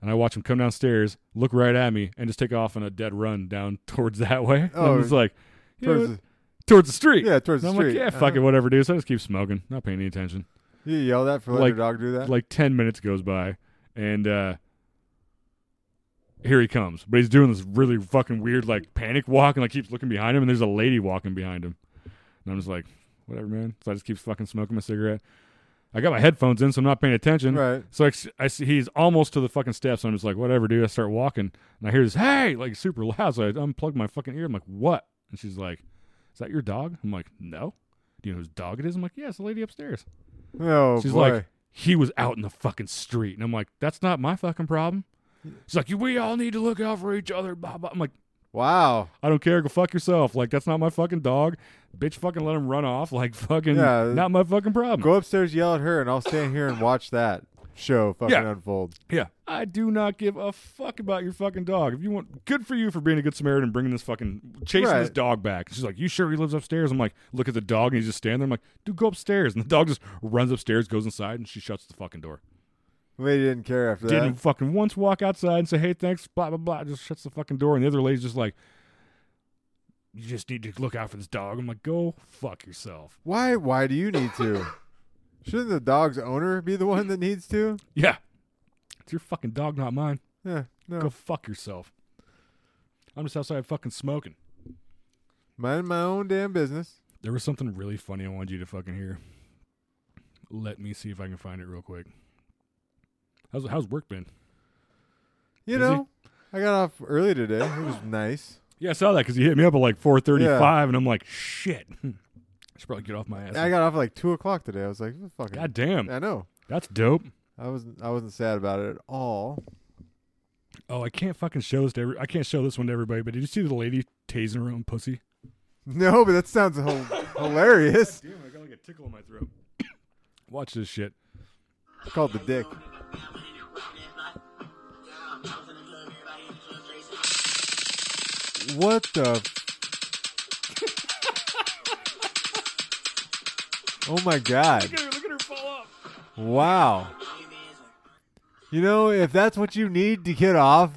[SPEAKER 3] and I watch him come downstairs, look right at me, and just take off on a dead run down towards that way. And
[SPEAKER 2] Oh,
[SPEAKER 3] I'm just like, you know,
[SPEAKER 2] towards
[SPEAKER 3] towards,
[SPEAKER 2] the,
[SPEAKER 3] the, street.
[SPEAKER 2] yeah, towards
[SPEAKER 3] And I'm
[SPEAKER 2] the street.
[SPEAKER 3] like, yeah,
[SPEAKER 2] Uh-huh.
[SPEAKER 3] fuck it, whatever, dude. So I just keep smoking, not paying any attention.
[SPEAKER 2] You yell that for letting
[SPEAKER 3] Like-
[SPEAKER 2] your dog do that.
[SPEAKER 3] Like 10 minutes goes by, and uh, here he comes. But he's doing this really fucking weird, like, panic walk, and like, keeps looking behind him, and there's a lady walking behind him. And I'm just like, whatever, man. So I just keep fucking smoking my cigarette. I got my headphones in, so I'm not paying attention.
[SPEAKER 2] right.
[SPEAKER 3] So I, I see he's almost to the fucking steps, and I'm just like, whatever, dude. I start walking, and I hear this, hey, like super loud. So I unplug my fucking ear. I'm like, what? And she's like, is that your dog? I'm like, no. Do you know whose dog it is? I'm like, yeah, it's the lady upstairs.
[SPEAKER 2] Oh
[SPEAKER 3] She's
[SPEAKER 2] boy.
[SPEAKER 3] like, he was out in the fucking street. And I'm like, that's not my fucking problem. She's like, we all need to look out for each other. Blah, blah. I'm like,
[SPEAKER 2] wow.
[SPEAKER 3] I don't care. Go fuck yourself. Like, that's not my fucking dog. Bitch, fucking let him run off. Like, fucking,
[SPEAKER 2] Yeah.
[SPEAKER 3] not my fucking problem.
[SPEAKER 2] Go upstairs, yell at her, and I'll stand here and watch that show fucking
[SPEAKER 3] Yeah.
[SPEAKER 2] unfold.
[SPEAKER 3] Yeah. I do not give a fuck about your fucking dog. If you want, good for you for being a good Samaritan and bringing this fucking, chasing
[SPEAKER 2] Right.
[SPEAKER 3] this dog back. She's like, you sure he lives upstairs? I'm like, look at the dog. And he's just standing there. I'm like, dude, go upstairs. And the dog just runs upstairs, goes inside, and she shuts the fucking door.
[SPEAKER 2] Lady didn't care after
[SPEAKER 3] Didn't fucking once walk outside and say, hey, thanks, blah, blah, blah. Just shuts the fucking door. And the other lady's just like, you just need to look out for this dog. I'm like, go fuck yourself.
[SPEAKER 2] that. Why? Why do you need to? Shouldn't the dog's owner be the one that needs to?
[SPEAKER 3] Yeah. It's your fucking dog, not mine.
[SPEAKER 2] Yeah. No.
[SPEAKER 3] Go fuck yourself. I'm just outside fucking smoking.
[SPEAKER 2] Mind my own damn business.
[SPEAKER 3] There was something really funny I wanted you to fucking hear. Let me see if I can find it real quick. How's, how's work been?
[SPEAKER 2] You
[SPEAKER 3] Busy?
[SPEAKER 2] know, I got off early today. It was nice.
[SPEAKER 3] Yeah, I saw that because you hit me up at like 4:35, and I'm like, shit. I should probably get off my ass.
[SPEAKER 2] I got off at like two o'clock today. I was like, "Fucking,
[SPEAKER 3] God damn,
[SPEAKER 2] I know."
[SPEAKER 3] that's dope.
[SPEAKER 2] I was I wasn't sad about it at all.
[SPEAKER 3] Oh, I can't fucking show this to every. I can't show this one to everybody. But did you see the lady tasing her own pussy?
[SPEAKER 2] No, but that sounds hil- hilarious.
[SPEAKER 3] Damn, I got like a tickle in my throat. Watch this shit.
[SPEAKER 2] It's called the dick. What the? f- oh my god!
[SPEAKER 3] her! Look at her fall off.
[SPEAKER 2] Wow. You know, if that's what you need to get off,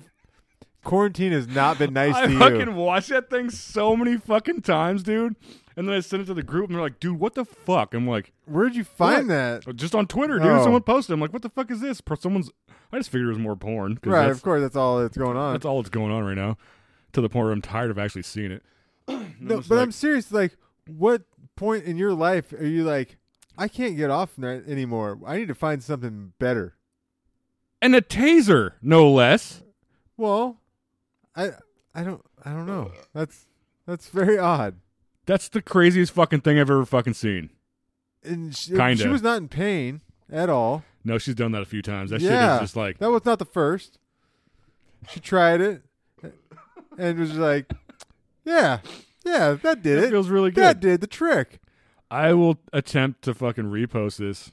[SPEAKER 2] quarantine has not been nice
[SPEAKER 3] I
[SPEAKER 2] to you.
[SPEAKER 3] fucking watched that thing so many fucking times, dude. And then I sent it to the group, and they're like, "Dude, what the fuck?" I'm like,
[SPEAKER 2] Where'd you find that?
[SPEAKER 3] "Just on Twitter, dude.
[SPEAKER 2] Oh.
[SPEAKER 3] Someone posted." I'm like, "What the fuck is this?" Pro- Someone's. I just figured it was more porn. 'cause
[SPEAKER 2] Right,
[SPEAKER 3] that's-
[SPEAKER 2] of course, that's all that's going on.
[SPEAKER 3] That's all that's going on right now. To the point where I'm tired of actually seeing it.
[SPEAKER 2] no, but I'm serious. Like, what point in your life are you like, I can't get off n- anymore? I need to find something better.
[SPEAKER 3] And a taser, no less.
[SPEAKER 2] Well, I, I don't, I don't know. That's that's very odd.
[SPEAKER 3] That's the craziest fucking thing I've ever fucking seen.
[SPEAKER 2] And she,
[SPEAKER 3] Kinda.
[SPEAKER 2] she was not in pain at all.
[SPEAKER 3] No, she's done that a few times. That shit
[SPEAKER 2] Yeah.
[SPEAKER 3] is just like
[SPEAKER 2] That was not the first. She tried it, and was like, yeah, yeah, that did
[SPEAKER 3] That
[SPEAKER 2] it.
[SPEAKER 3] feels really
[SPEAKER 2] That
[SPEAKER 3] good.
[SPEAKER 2] did the trick.
[SPEAKER 3] I will attempt to fucking repost this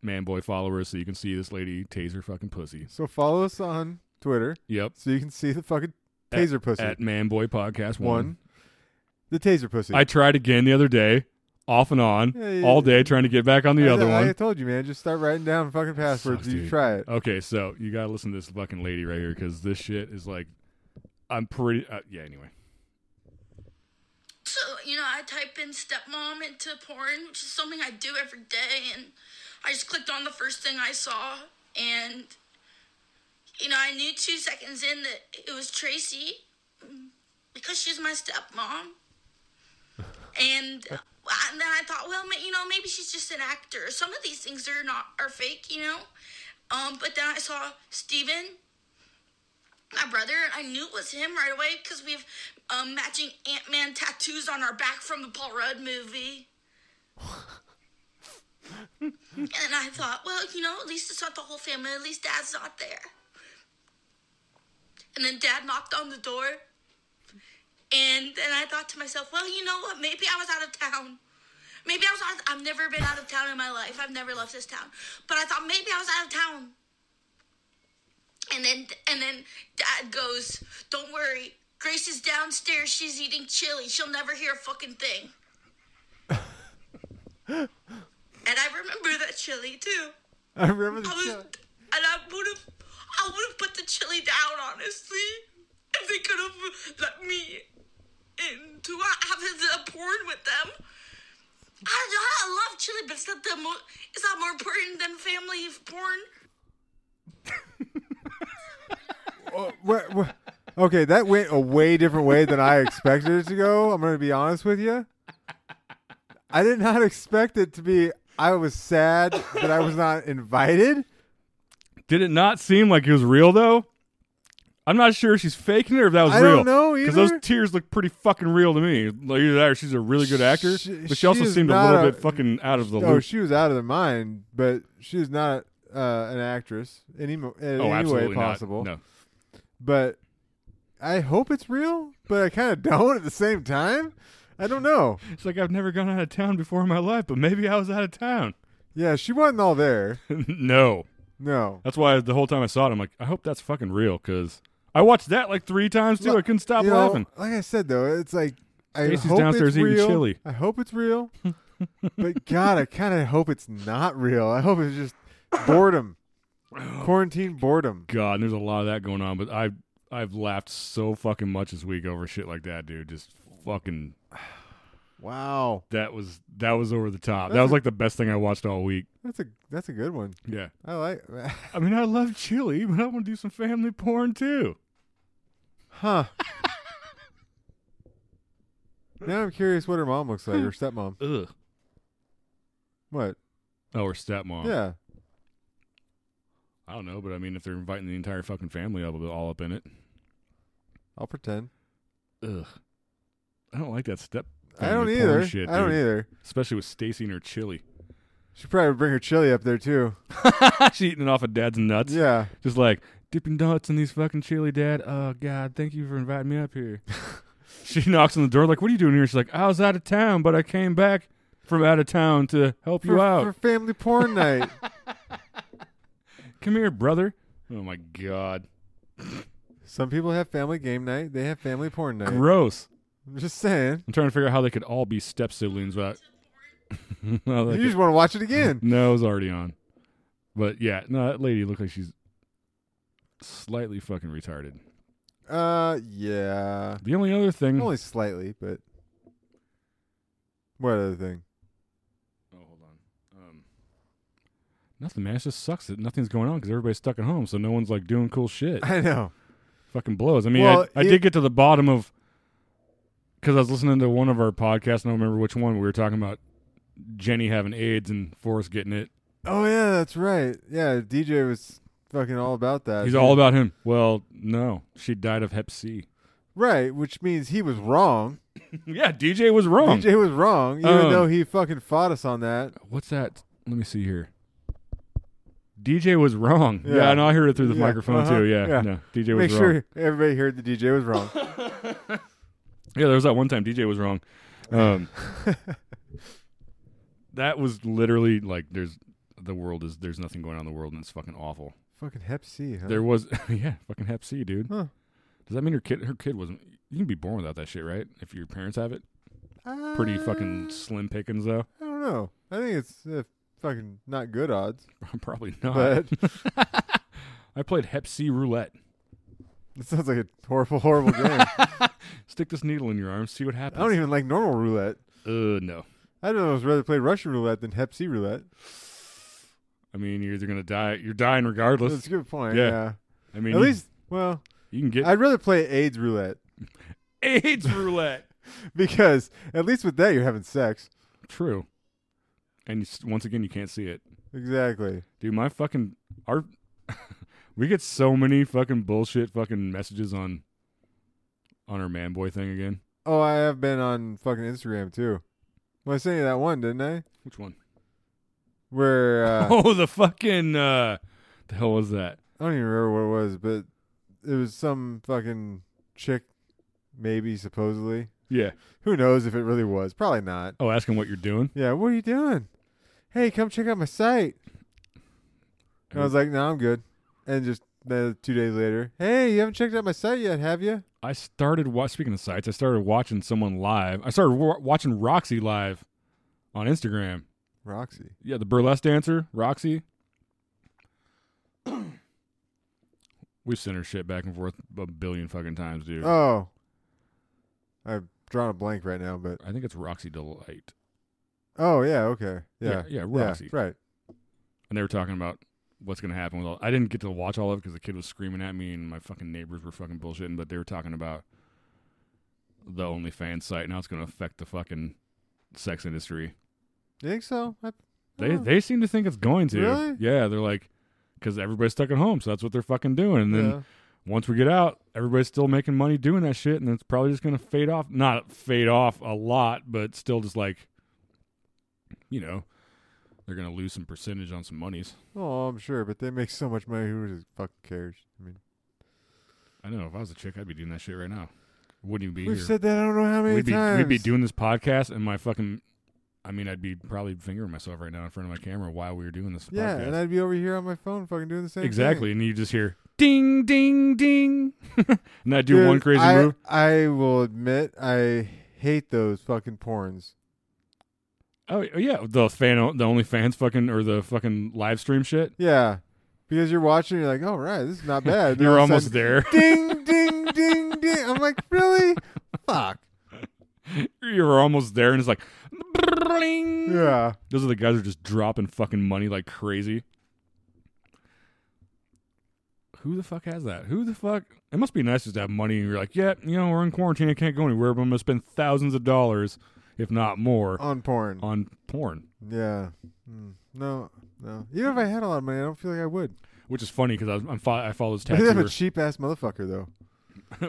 [SPEAKER 3] man boy followers so you can see this lady taser fucking pussy.
[SPEAKER 2] So follow us on Twitter
[SPEAKER 3] Yep.
[SPEAKER 2] so you can see the fucking taser pussy.
[SPEAKER 3] At man boy podcast one.
[SPEAKER 2] One. The taser pussy.
[SPEAKER 3] I tried again the other day, off and on,
[SPEAKER 2] Yeah, yeah,
[SPEAKER 3] all
[SPEAKER 2] yeah.
[SPEAKER 3] day trying to get back on the
[SPEAKER 2] I-
[SPEAKER 3] other
[SPEAKER 2] I,
[SPEAKER 3] one.
[SPEAKER 2] I told you, man. Just start writing down fucking passwords.
[SPEAKER 3] Sucks,
[SPEAKER 2] you
[SPEAKER 3] dude.
[SPEAKER 2] try it.
[SPEAKER 3] Okay, so you gotta listen to this fucking lady right here because this shit is like, I'm pretty. Uh, yeah, anyway.
[SPEAKER 4] So, you know, I typed in stepmom into porn, which is something I do every day, and I just clicked on the first thing I saw, and, you know, I knew two seconds in that it was Tracy because she's my stepmom. And, uh, and then I thought, well, ma- you know, maybe she's just an actor. Some of these things are not are fake, you know. Um, but then I saw Steven my brother and I knew it was him right away because we have um, matching Ant Man tattoos on our back from the Paul Rudd movie. and I thought, well, you know, at least it's not the whole family. At least Dad's not there. And then Dad knocked on the door. And then I thought to myself, well, you know what? Maybe I was out of town. Maybe I was out. Of, I've never been out of town in my life. I've never left this town. But I thought maybe I was out of town. And then and then dad goes, "Don't worry. Grace is downstairs. She's eating chili. She'll never hear a fucking thing." and I remember that chili too.
[SPEAKER 2] I remember the
[SPEAKER 4] I was
[SPEAKER 2] show.
[SPEAKER 4] and I would have I would have put the chili down honestly if they could have let me in to have the porn with them. I, I love chili, but it's not the mo- it's not more important than family porn.
[SPEAKER 2] Wha- wha- Okay, that went a way different way than I expected it to go. I'm going to be honest with you. I did not expect it to be. I was sad that I was not invited.
[SPEAKER 3] Did it not seem like it was real though? I'm not sure if she's faking it or if that was
[SPEAKER 2] I
[SPEAKER 3] real.
[SPEAKER 2] don't know
[SPEAKER 3] those
[SPEAKER 2] either.
[SPEAKER 3] tears look pretty fucking real to me. Like either that or she's a really good actor,
[SPEAKER 2] Sh-
[SPEAKER 3] but she
[SPEAKER 2] she
[SPEAKER 3] also
[SPEAKER 2] is
[SPEAKER 3] seemed a
[SPEAKER 2] not
[SPEAKER 3] little
[SPEAKER 2] a-
[SPEAKER 3] bit fucking out of the
[SPEAKER 2] Oh,
[SPEAKER 3] loop.
[SPEAKER 2] she was out of her mind, but she's not uh, an actress any mo- in
[SPEAKER 3] oh,
[SPEAKER 2] any way
[SPEAKER 3] absolutely not.
[SPEAKER 2] possible.
[SPEAKER 3] No,
[SPEAKER 2] But I hope it's real, but I kind of don't at the same time. I don't know.
[SPEAKER 3] it's like I've never gone out of town before in my life, but maybe I was out of town.
[SPEAKER 2] Yeah, she wasn't all there.
[SPEAKER 3] no,
[SPEAKER 2] No.
[SPEAKER 3] that's why the whole time I saw it, I'm like, I hope that's fucking real because I watched that like three times too. I couldn't stop
[SPEAKER 2] You know,
[SPEAKER 3] laughing.
[SPEAKER 2] like I said though, it's like I
[SPEAKER 3] Stacy's
[SPEAKER 2] hope
[SPEAKER 3] downstairs
[SPEAKER 2] it's
[SPEAKER 3] eating
[SPEAKER 2] real.
[SPEAKER 3] chili.
[SPEAKER 2] I hope it's real, but God, I kind of hope it's not real. I hope it's just boredom, quarantine boredom.
[SPEAKER 3] God, and there's a lot of that going on, but I I've laughed so fucking much this week over shit like that, dude. Just fucking
[SPEAKER 2] Wow,
[SPEAKER 3] that was that was over the top. That
[SPEAKER 2] That's
[SPEAKER 3] was
[SPEAKER 2] a-
[SPEAKER 3] like the best thing I watched all week.
[SPEAKER 2] that's a that's a good one.
[SPEAKER 3] Yeah.
[SPEAKER 2] I like,
[SPEAKER 3] I mean, I love chili, but I want to do some family porn too.
[SPEAKER 2] huh? now I'm curious what her mom looks like, her stepmom.
[SPEAKER 3] Ugh.
[SPEAKER 2] What?
[SPEAKER 3] Oh, or stepmom.
[SPEAKER 2] Yeah,
[SPEAKER 3] I don't know, but I mean, if they're inviting the entire fucking family up, all up in it.
[SPEAKER 2] I'll pretend.
[SPEAKER 3] Ugh. I don't like that step.
[SPEAKER 2] I don't
[SPEAKER 3] family porn
[SPEAKER 2] either.
[SPEAKER 3] Shit,
[SPEAKER 2] I don't
[SPEAKER 3] dude.
[SPEAKER 2] either.
[SPEAKER 3] Especially with Stacy and her chili.
[SPEAKER 2] She probably would bring her chili up there too.
[SPEAKER 3] She eating it off of dad's nuts.
[SPEAKER 2] Yeah,
[SPEAKER 3] Just like, dipping donuts in these fucking chili, Dad. Oh God, thank you for inviting me up here. she knocks on the door, like, "What are you doing here?" She's like, "I was out of town, but I came back from out of town to help you
[SPEAKER 2] for,
[SPEAKER 3] out.
[SPEAKER 2] for family porn night.
[SPEAKER 3] Come here, brother." Oh my God,
[SPEAKER 2] Some people have family game night. They have family porn night.
[SPEAKER 3] gross.
[SPEAKER 2] I'm just saying.
[SPEAKER 3] I'm trying to figure out how they could all be step siblings, but How they
[SPEAKER 2] you
[SPEAKER 3] could-
[SPEAKER 2] just want to watch it again.
[SPEAKER 3] no, it was already on. But yeah, no, that lady looked like she's slightly fucking retarded.
[SPEAKER 2] Uh, yeah.
[SPEAKER 3] The only other thing.
[SPEAKER 2] Only slightly, but what other thing?
[SPEAKER 3] Oh, hold on. Um, nothing, man. It just sucks that nothing's going on because everybody's stuck at home, so no one's like doing cool shit.
[SPEAKER 2] I know.
[SPEAKER 3] Fucking blows. I mean,
[SPEAKER 2] Well,
[SPEAKER 3] I, I
[SPEAKER 2] it-
[SPEAKER 3] did get to the bottom of because I was listening to one of our podcasts. and I don't remember which one. We were talking about Jenny having AIDS and Forrest getting it.
[SPEAKER 2] Oh yeah, that's right. Yeah, DJ was fucking all about that.
[SPEAKER 3] He's all about him. Well, no, she died of Hep C.
[SPEAKER 2] right, which means he was wrong.
[SPEAKER 3] yeah, DJ was wrong.
[SPEAKER 2] DJ was wrong, even
[SPEAKER 3] Um,
[SPEAKER 2] though he fucking fought us on that.
[SPEAKER 3] What's that? Let me see here. DJ was wrong. Yeah,
[SPEAKER 2] Yeah.
[SPEAKER 3] and I heard it through the
[SPEAKER 2] Yeah,
[SPEAKER 3] microphone
[SPEAKER 2] uh-huh,
[SPEAKER 3] too. Yeah,
[SPEAKER 2] yeah.
[SPEAKER 3] no, DJ was
[SPEAKER 2] Make
[SPEAKER 3] wrong.
[SPEAKER 2] sure everybody heard the DJ was wrong.
[SPEAKER 3] Yeah, there was that one time DJ was wrong. Um, that was literally like there's the world is there's nothing going on in the world and it's fucking awful.
[SPEAKER 2] fucking Hep C, huh?
[SPEAKER 3] There was yeah, fucking Hep C, dude.
[SPEAKER 2] Huh.
[SPEAKER 3] Does that mean her kid her kid wasn't you can be born without that shit, right? If your parents have it. Pretty fucking slim pickings though.
[SPEAKER 2] Uh, I don't know. I think it's uh, fucking not good odds,
[SPEAKER 3] Probably not.
[SPEAKER 2] but
[SPEAKER 3] I played Hep C roulette.
[SPEAKER 2] it sounds like a horrible, horrible game. I
[SPEAKER 3] Stick this needle in your arm, see what happens.
[SPEAKER 2] don't even like normal roulette.
[SPEAKER 3] uh no.
[SPEAKER 2] I'd almost rather play Russian roulette than Hep C roulette.
[SPEAKER 3] I mean you're either gonna die you're dying regardless.
[SPEAKER 2] That's a good point.
[SPEAKER 3] Yeah.
[SPEAKER 2] Yeah.
[SPEAKER 3] I mean
[SPEAKER 2] At
[SPEAKER 3] you-
[SPEAKER 2] least, well,
[SPEAKER 3] you can get
[SPEAKER 2] I'd rather play AIDS roulette
[SPEAKER 3] AIDS roulette.
[SPEAKER 2] because at least with that you're having sex.
[SPEAKER 3] True. And you, s- once again, you can't see it,
[SPEAKER 2] Exactly.
[SPEAKER 3] dude. My fucking our, we get so many fucking bullshit fucking messages on, on our man boy thing again.
[SPEAKER 2] Oh, I have been on fucking Instagram too. Well, I sent you that one, didn't I?
[SPEAKER 3] Which one?
[SPEAKER 2] Where uh,
[SPEAKER 3] oh, the fucking uh, the hell was that?
[SPEAKER 2] I don't even remember what it was, but it was some fucking chick, maybe supposedly.
[SPEAKER 3] Yeah.
[SPEAKER 2] Who knows if it really was? Probably not.
[SPEAKER 3] Oh, asking what you're doing.
[SPEAKER 2] Yeah. What are you doing? Hey, come check out my site. And I was like, no, I'm good. And just uh, two days later, hey, you haven't checked out my site yet, have you?
[SPEAKER 3] I started wa- speaking of sites. I started watching someone live. I started wa- watching Roxy live on Instagram.
[SPEAKER 2] Roxy.
[SPEAKER 3] Yeah, the burlesque dancer, Roxy. We've sent her shit back and forth a billion fucking times, dude.
[SPEAKER 2] Oh. I've drawn a blank right now, but
[SPEAKER 3] I think it's Roxy Delight.
[SPEAKER 2] oh yeah, okay. Yeah.
[SPEAKER 3] Yeah, yeah, Roxy.
[SPEAKER 2] right.
[SPEAKER 3] And they were talking about what's going to happen with all. I didn't get to watch all of it because the kid was screaming at me and my fucking neighbors were fucking bullshitting, but they were talking about the OnlyFans site and how it's going to affect the fucking sex industry.
[SPEAKER 2] You think so? I, I
[SPEAKER 3] They
[SPEAKER 2] don't know.
[SPEAKER 3] they seem to think it's going to.
[SPEAKER 2] Oh. Really?
[SPEAKER 3] Yeah, they're like, because everybody's stuck at home, so that's what they're fucking doing. And then.
[SPEAKER 2] Yeah.
[SPEAKER 3] once we get out, everybody's still making money doing that shit, and it's probably just gonna fade off. Not fade off a lot, but still just like, you know, they're gonna lose some percentage on some monies.
[SPEAKER 2] Oh, I'm sure, but they make so much money. Who just fucking cares? I mean,
[SPEAKER 3] I know if I was a chick, I'd be doing that shit right now. Wouldn't even be
[SPEAKER 2] we've
[SPEAKER 3] here.
[SPEAKER 2] said that I don't know how many
[SPEAKER 3] we'd be
[SPEAKER 2] times.
[SPEAKER 3] we'd be doing this podcast, and my fucking, I mean, I'd be probably fingering myself right now in front of my camera while we were doing this.
[SPEAKER 2] yeah,
[SPEAKER 3] podcast.
[SPEAKER 2] and I'd be over here on my phone, fucking doing the same. thing.
[SPEAKER 3] exactly, and you just hear ding, ding, ding, and I do
[SPEAKER 2] Dude,
[SPEAKER 3] one crazy
[SPEAKER 2] I,
[SPEAKER 3] move.
[SPEAKER 2] I will admit, I hate those fucking porns.
[SPEAKER 3] Oh yeah, the fan, the OnlyFans fucking or the fucking live stream shit.
[SPEAKER 2] Yeah, because you're watching, you're like, all right, this is not bad. Then
[SPEAKER 3] You're
[SPEAKER 2] all of a
[SPEAKER 3] almost
[SPEAKER 2] sudden,
[SPEAKER 3] there.
[SPEAKER 2] Ding, ding, ding, ding. I'm like, really? Fuck.
[SPEAKER 3] You're almost there, and it's like, bling.
[SPEAKER 2] Yeah.
[SPEAKER 3] Those are the guys who are just dropping fucking money like crazy. Who the fuck has that? Who the fuck? It must be nice just to have money, and you're like, yeah, you know, we're in quarantine, I can't go anywhere, but I'm gonna spend thousands of dollars, if not more,
[SPEAKER 2] On porn.
[SPEAKER 3] on porn.
[SPEAKER 2] Yeah. Mm. No, no. Even if I had a lot of money, I don't feel like I would.
[SPEAKER 3] Which is funny because I'm fo- I follow this
[SPEAKER 2] I think I'm a
[SPEAKER 3] tattooer.
[SPEAKER 2] cheap ass motherfucker, though.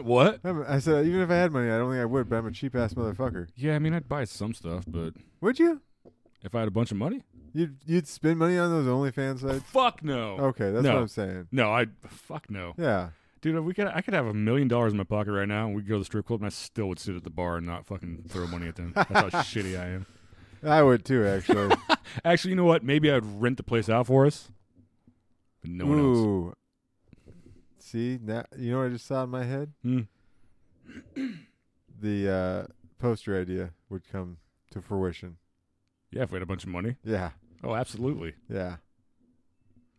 [SPEAKER 3] what?
[SPEAKER 2] I'm- I said, even if I had money, I don't think I would, but I'm a cheap ass motherfucker.
[SPEAKER 3] Yeah, I mean, I'd buy some stuff, but
[SPEAKER 2] Would you?
[SPEAKER 3] if I had a bunch of money,
[SPEAKER 2] You'd you'd spend money on those OnlyFans sites.
[SPEAKER 3] Fuck no.
[SPEAKER 2] Okay, that's
[SPEAKER 3] no.
[SPEAKER 2] what I'm saying.
[SPEAKER 3] No, I fuck no,
[SPEAKER 2] Yeah,
[SPEAKER 3] dude. We could I could have a million dollars in my pocket right now, and we go to the strip club, and I still would sit at the bar and not fucking throw money at them. That's how shitty I am.
[SPEAKER 2] I would too. Actually,
[SPEAKER 3] Actually, you know what? Maybe I would rent the place out for us. But no one else.
[SPEAKER 2] ooh. See now, you know what I just saw in my head?
[SPEAKER 3] Hmm.
[SPEAKER 2] The uh, poster idea would come to fruition.
[SPEAKER 3] Yeah, if we had a bunch of money.
[SPEAKER 2] Yeah,
[SPEAKER 3] Oh, absolutely.
[SPEAKER 2] yeah.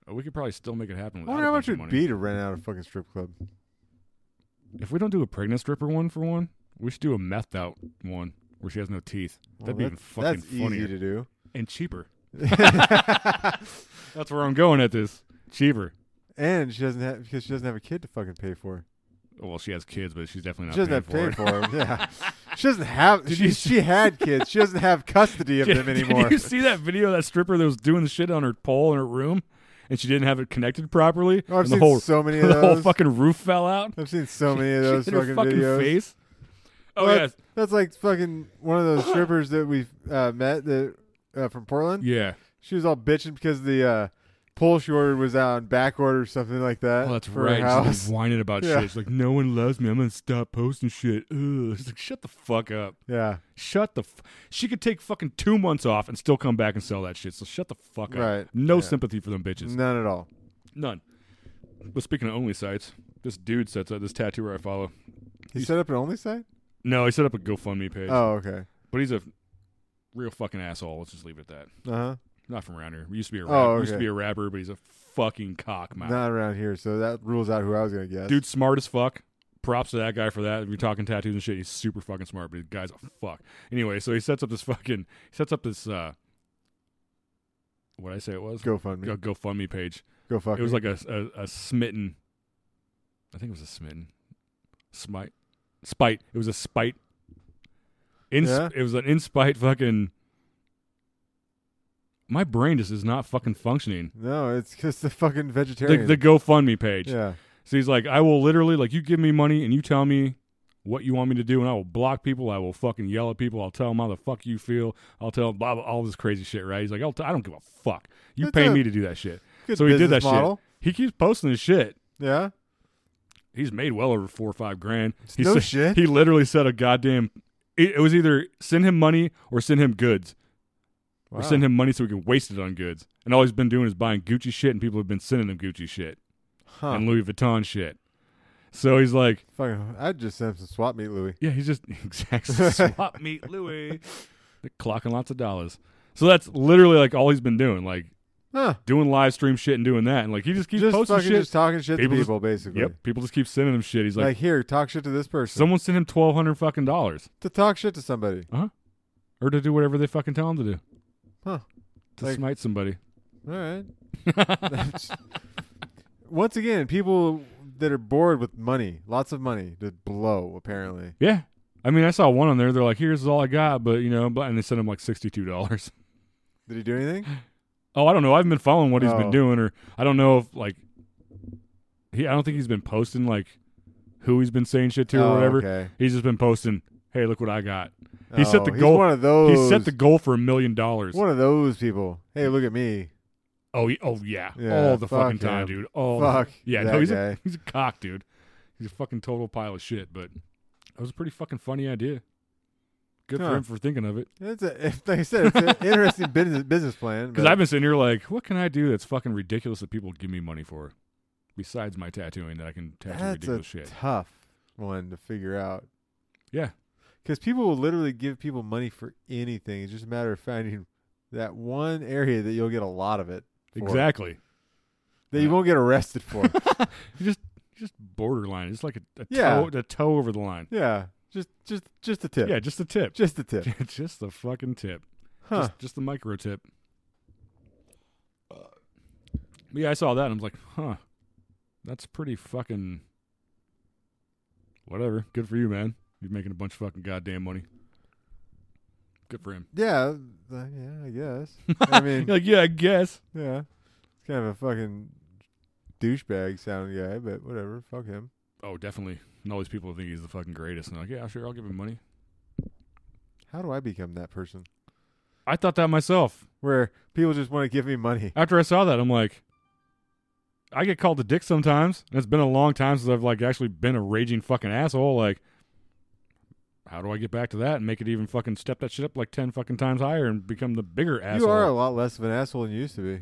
[SPEAKER 3] Oh, we could probably still make it happen.
[SPEAKER 2] I
[SPEAKER 3] Without
[SPEAKER 2] wonder how
[SPEAKER 3] a bunch of
[SPEAKER 2] much it'd
[SPEAKER 3] money.
[SPEAKER 2] be to rent out a fucking strip club.
[SPEAKER 3] If we don't do a pregnant stripper one for one, we should do a methed out one where she has no teeth. That'd be
[SPEAKER 2] Well,
[SPEAKER 3] even
[SPEAKER 2] that's-
[SPEAKER 3] fucking
[SPEAKER 2] That's
[SPEAKER 3] funnier
[SPEAKER 2] easy to do.
[SPEAKER 3] and cheaper. That's where I'm going at this. Cheaper.
[SPEAKER 2] And she doesn't have because she doesn't have a kid to fucking pay for.
[SPEAKER 3] Oh, Well, she has kids, but she's definitely not
[SPEAKER 2] She doesn't have to
[SPEAKER 3] paying
[SPEAKER 2] pay
[SPEAKER 3] for
[SPEAKER 2] for them. Yeah, she doesn't have.
[SPEAKER 3] Did
[SPEAKER 2] she,
[SPEAKER 3] you
[SPEAKER 2] she had kids. She doesn't have custody of
[SPEAKER 3] it.
[SPEAKER 2] them anymore.
[SPEAKER 3] Did you see that video of that stripper that was doing the shit on her pole in her room, and she didn't have it connected properly,
[SPEAKER 2] Oh, I've
[SPEAKER 3] and
[SPEAKER 2] seen
[SPEAKER 3] the whole
[SPEAKER 2] so many of
[SPEAKER 3] the whole
[SPEAKER 2] those.
[SPEAKER 3] fucking roof fell out.
[SPEAKER 2] I've seen so many of those
[SPEAKER 3] She hit
[SPEAKER 2] fucking,
[SPEAKER 3] her fucking
[SPEAKER 2] videos.
[SPEAKER 3] face. Oh
[SPEAKER 2] Well,
[SPEAKER 3] yes,
[SPEAKER 2] that's, that's like fucking one of those strippers that we've uh, met that uh, from Portland.
[SPEAKER 3] yeah.
[SPEAKER 2] She was all bitching because the uh, pull she ordered was out on back order or something like that.
[SPEAKER 3] Oh, that's
[SPEAKER 2] for her
[SPEAKER 3] right. She's
[SPEAKER 2] house.
[SPEAKER 3] like whining about
[SPEAKER 2] Yeah.
[SPEAKER 3] shit. She's like, no one loves me. I'm gonna stop posting shit. Ugh. She's like, shut the fuck up.
[SPEAKER 2] Yeah,
[SPEAKER 3] Shut the. F-. She could take fucking two months off and still come back and sell that shit. So shut the fuck up.
[SPEAKER 2] Right.
[SPEAKER 3] No
[SPEAKER 2] Yeah.
[SPEAKER 3] sympathy for them bitches.
[SPEAKER 2] none at all.
[SPEAKER 3] None. But speaking of only sites, this dude sets up this tattooer I follow.
[SPEAKER 2] He
[SPEAKER 3] He's-
[SPEAKER 2] set up an only site.
[SPEAKER 3] No, he set up a GoFundMe page.
[SPEAKER 2] Oh, okay.
[SPEAKER 3] But he's a real fucking asshole. Let's just leave it at that.
[SPEAKER 2] Uh huh.
[SPEAKER 3] Not from around here. He used to be a rapper.
[SPEAKER 2] Oh,
[SPEAKER 3] used to
[SPEAKER 2] okay.
[SPEAKER 3] be a rapper, but he's a fucking cock mouth.
[SPEAKER 2] Not around here, so that rules out who I was gonna guess.
[SPEAKER 3] Dude's smart as fuck. Props to that guy for that. If you're talking tattoos and shit, he's super fucking smart, but the guy's a fuck. Anyway, so he sets up this fucking he sets up this uh what I say it was?
[SPEAKER 2] GoFundMe.
[SPEAKER 3] a GoFundMe page.
[SPEAKER 2] Go fuck.
[SPEAKER 3] It was
[SPEAKER 2] me.
[SPEAKER 3] like a, a a smitten I think it was a smitten. Smite. Spite. It was a spite. In
[SPEAKER 2] Yeah?
[SPEAKER 3] it was an in spite fucking my brain just is not fucking functioning.
[SPEAKER 2] no, it's just the fucking
[SPEAKER 3] The,
[SPEAKER 2] vegetarian.
[SPEAKER 3] the GoFundMe page.
[SPEAKER 2] yeah,
[SPEAKER 3] So he's like, I will literally, like, you give me money and you tell me what you want me to do, and I will block people. I will fucking yell at people. I'll tell them how the fuck you feel. I'll tell blah, blah, all this crazy shit, right? He's like, I'll t- I don't give a fuck. You
[SPEAKER 2] That's
[SPEAKER 3] pay
[SPEAKER 2] a
[SPEAKER 3] me to do that shit.
[SPEAKER 2] good
[SPEAKER 3] So he did that
[SPEAKER 2] business model.
[SPEAKER 3] shit. He keeps posting his shit.
[SPEAKER 2] Yeah,
[SPEAKER 3] He's made well over four or five grand. He
[SPEAKER 2] no
[SPEAKER 3] said-
[SPEAKER 2] shit.
[SPEAKER 3] He literally said a goddamn. It, it was either send him money or send him goods,
[SPEAKER 2] Wow.
[SPEAKER 3] or send him money so he can waste it on goods. And all he's been doing is buying Gucci shit, and people have been sending him Gucci shit
[SPEAKER 2] Huh.
[SPEAKER 3] and Louis Vuitton shit. So he's like,
[SPEAKER 2] Fucking, I'd just send him some swap meet, Louis.
[SPEAKER 3] Yeah, he's just exactly swap meet Louis. They're clocking lots of dollars. So that's literally like all he's been doing, like
[SPEAKER 2] Huh?
[SPEAKER 3] doing live stream shit and doing that, and like he just keeps
[SPEAKER 2] just
[SPEAKER 3] posting
[SPEAKER 2] fucking
[SPEAKER 3] shit.
[SPEAKER 2] just talking shit
[SPEAKER 3] People
[SPEAKER 2] to
[SPEAKER 3] just-
[SPEAKER 2] people, basically.
[SPEAKER 3] yep, people just keep sending him shit. He's
[SPEAKER 2] Like,
[SPEAKER 3] like,
[SPEAKER 2] here, talk shit to this person.
[SPEAKER 3] someone sent him twelve hundred fucking dollars,
[SPEAKER 2] to talk shit to somebody.
[SPEAKER 3] or to do whatever they fucking tell him to do.
[SPEAKER 2] Huh.
[SPEAKER 3] To
[SPEAKER 2] Like-
[SPEAKER 3] smite somebody.
[SPEAKER 2] All right. Once again, people that are bored with money, lots of money to blow, apparently.
[SPEAKER 3] Yeah. I mean, I saw one on there. They're like, "Here's all I got," but you know, but and they sent him like sixty-two dollars.
[SPEAKER 2] Did he do anything?
[SPEAKER 3] Oh, I don't know. I haven't been following what he's been
[SPEAKER 2] Oh.
[SPEAKER 3] doing, or I don't know if like he. I don't think he's been posting like who he's been saying shit to
[SPEAKER 2] Oh,
[SPEAKER 3] or whatever.
[SPEAKER 2] okay.
[SPEAKER 3] He's just been posting, "Hey, look what I got." He set
[SPEAKER 2] Oh,
[SPEAKER 3] the
[SPEAKER 2] he's
[SPEAKER 3] goal.
[SPEAKER 2] One of those.
[SPEAKER 3] He set the goal for a million dollars.
[SPEAKER 2] One of those people. Hey, look at me.
[SPEAKER 3] Oh, he- oh yeah,
[SPEAKER 2] Yeah,
[SPEAKER 3] all the
[SPEAKER 2] fuck
[SPEAKER 3] fucking time,
[SPEAKER 2] him.
[SPEAKER 3] dude. All
[SPEAKER 2] Fuck
[SPEAKER 3] the, yeah.
[SPEAKER 2] that
[SPEAKER 3] No, he's a
[SPEAKER 2] guy.
[SPEAKER 3] he's a cock, dude. He's a fucking total pile of shit. But that was a pretty fucking funny idea. Good
[SPEAKER 2] Huh.
[SPEAKER 3] for him for thinking of it.
[SPEAKER 2] It's a, like I said, it's an interesting business business plan.
[SPEAKER 3] Because
[SPEAKER 2] but-
[SPEAKER 3] I've been sitting here like, what can I do that's fucking ridiculous that people give me money for? Besides my tattooing, that I can tattoo
[SPEAKER 2] That's a
[SPEAKER 3] ridiculous shit.
[SPEAKER 2] tough one to figure out.
[SPEAKER 3] Yeah.
[SPEAKER 2] Because people will literally give people money for anything. It's just a matter of finding that one area that you'll get a lot of it. for,
[SPEAKER 3] Exactly.
[SPEAKER 2] That you won't get arrested for.
[SPEAKER 3] You just you just borderline. It's like a, a
[SPEAKER 2] Yeah.
[SPEAKER 3] toe a toe over the line.
[SPEAKER 2] yeah. Just just just a tip.
[SPEAKER 3] Yeah, just the tip.
[SPEAKER 2] Just a tip.
[SPEAKER 3] Just, the fucking tip.
[SPEAKER 2] Huh.
[SPEAKER 3] Just just the micro tip. But yeah, I saw that and I'm like, huh. That's pretty fucking whatever. Good for you, man. You're making a bunch of fucking goddamn money. Good for him.
[SPEAKER 2] yeah. uh, yeah, I guess. I mean,
[SPEAKER 3] You're like, yeah, I guess.
[SPEAKER 2] yeah. It's kind of a fucking douchebag sound guy, but whatever. Fuck him.
[SPEAKER 3] Oh, definitely. And all these people think he's the fucking greatest. And they're like, yeah, sure, I'll give him money.
[SPEAKER 2] How do I become that person?
[SPEAKER 3] I thought that myself.
[SPEAKER 2] where people just want to give me money.
[SPEAKER 3] After I saw that, I'm like, I get called a dick sometimes, and it's been a long time since I've like actually been a raging fucking asshole. Like, how do I get back to that and make it even fucking step that shit up like ten fucking times higher and become the bigger asshole?
[SPEAKER 2] You are a lot less of an asshole than you used to be.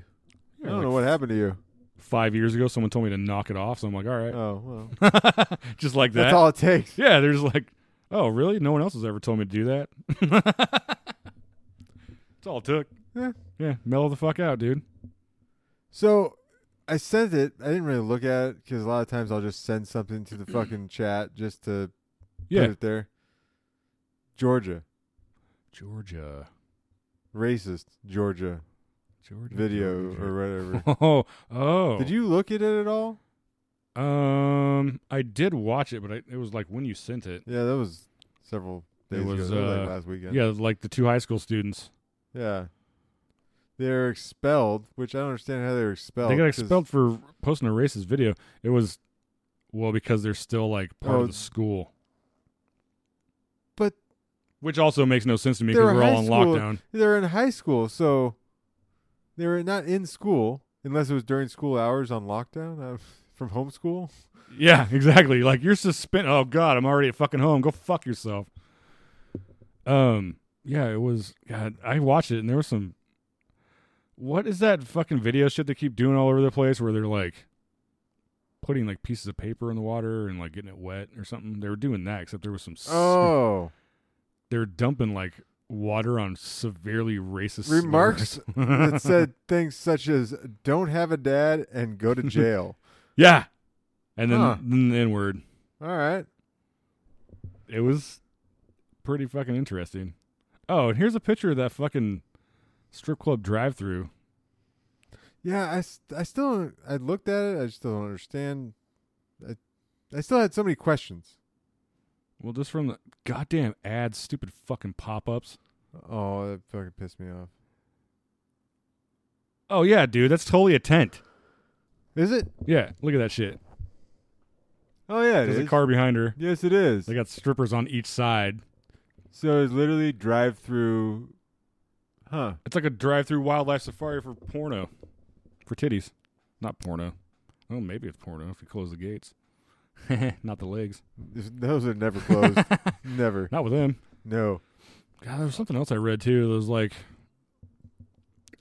[SPEAKER 2] I don't
[SPEAKER 3] like
[SPEAKER 2] know what happened to you.
[SPEAKER 3] Five years ago, someone told me to knock it off, so I'm like, all right,
[SPEAKER 2] Oh well,
[SPEAKER 3] just like that.
[SPEAKER 2] that's all it takes.
[SPEAKER 3] Yeah, there's like, oh really? No one else has ever told me to do that. That's all it took.
[SPEAKER 2] Yeah.
[SPEAKER 3] Yeah, mellow the fuck out, dude.
[SPEAKER 2] So I sent it. I didn't really look at it because a lot of times I'll just send something to the fucking chat just to put
[SPEAKER 3] Yeah,
[SPEAKER 2] it there. Georgia,
[SPEAKER 3] Georgia,
[SPEAKER 2] racist Georgia
[SPEAKER 3] Georgia
[SPEAKER 2] video
[SPEAKER 3] Georgia.
[SPEAKER 2] or whatever.
[SPEAKER 3] Oh, oh.
[SPEAKER 2] Did you look at it at all?
[SPEAKER 3] Um, I did watch it, but I, it was like when you sent it.
[SPEAKER 2] Yeah, that was several
[SPEAKER 3] It
[SPEAKER 2] days
[SPEAKER 3] was,
[SPEAKER 2] ago. That was like
[SPEAKER 3] uh,
[SPEAKER 2] last weekend.
[SPEAKER 3] Yeah, like the two high school students.
[SPEAKER 2] Yeah. They're expelled, which I don't understand how they were expelled.
[SPEAKER 3] they got
[SPEAKER 2] 'cause-
[SPEAKER 3] expelled for posting a racist video. It was well because they're still like part
[SPEAKER 2] Oh.
[SPEAKER 3] of the school,
[SPEAKER 2] but
[SPEAKER 3] which also makes no sense to me
[SPEAKER 2] They're
[SPEAKER 3] because we're
[SPEAKER 2] high
[SPEAKER 3] all on
[SPEAKER 2] school.
[SPEAKER 3] lockdown.
[SPEAKER 2] they're in high school, so they were not in school unless it was during school hours on lockdown uh, from homeschool.
[SPEAKER 3] Yeah, exactly. Like you're suspended. Oh God, I'm already at fucking home. Go fuck yourself. Um. Yeah, it was. God, I watched it and there was some. What is that fucking video shit they keep doing all over the place where they're like putting like pieces of paper in the water and like getting it wet or something? They were doing that except there was some. s-
[SPEAKER 2] Oh,
[SPEAKER 3] they were dumping like water on severely racist
[SPEAKER 2] Remarks
[SPEAKER 3] slurs.
[SPEAKER 2] it said things such as "Don't have a dad and go to jail."
[SPEAKER 3] yeah, and then
[SPEAKER 2] Huh.
[SPEAKER 3] then the N word.
[SPEAKER 2] All right,
[SPEAKER 3] it was pretty fucking interesting. Oh, and here's a picture of that fucking strip club drive through.
[SPEAKER 2] yeah, I, s- I still don't- I looked at it. I still don't understand. I, I still had so many questions.
[SPEAKER 3] Well, just from the goddamn ads, stupid fucking pop ups.
[SPEAKER 2] Oh, that fucking pissed me off.
[SPEAKER 3] Oh yeah, dude, that's totally a tent.
[SPEAKER 2] Is it?
[SPEAKER 3] Yeah, look at that shit.
[SPEAKER 2] Oh yeah, it
[SPEAKER 3] There's a
[SPEAKER 2] is.
[SPEAKER 3] car behind her.
[SPEAKER 2] Yes, it is.
[SPEAKER 3] They got strippers on each side.
[SPEAKER 2] so it's literally drive-through. Huh.
[SPEAKER 3] It's like a drive through wildlife safari for porno. For titties. Not porno. Oh, maybe it's porno if you close the gates. Not the legs.
[SPEAKER 2] Those are never closed. never.
[SPEAKER 3] Not with them.
[SPEAKER 2] No.
[SPEAKER 3] God, there was something else I read too. That was like,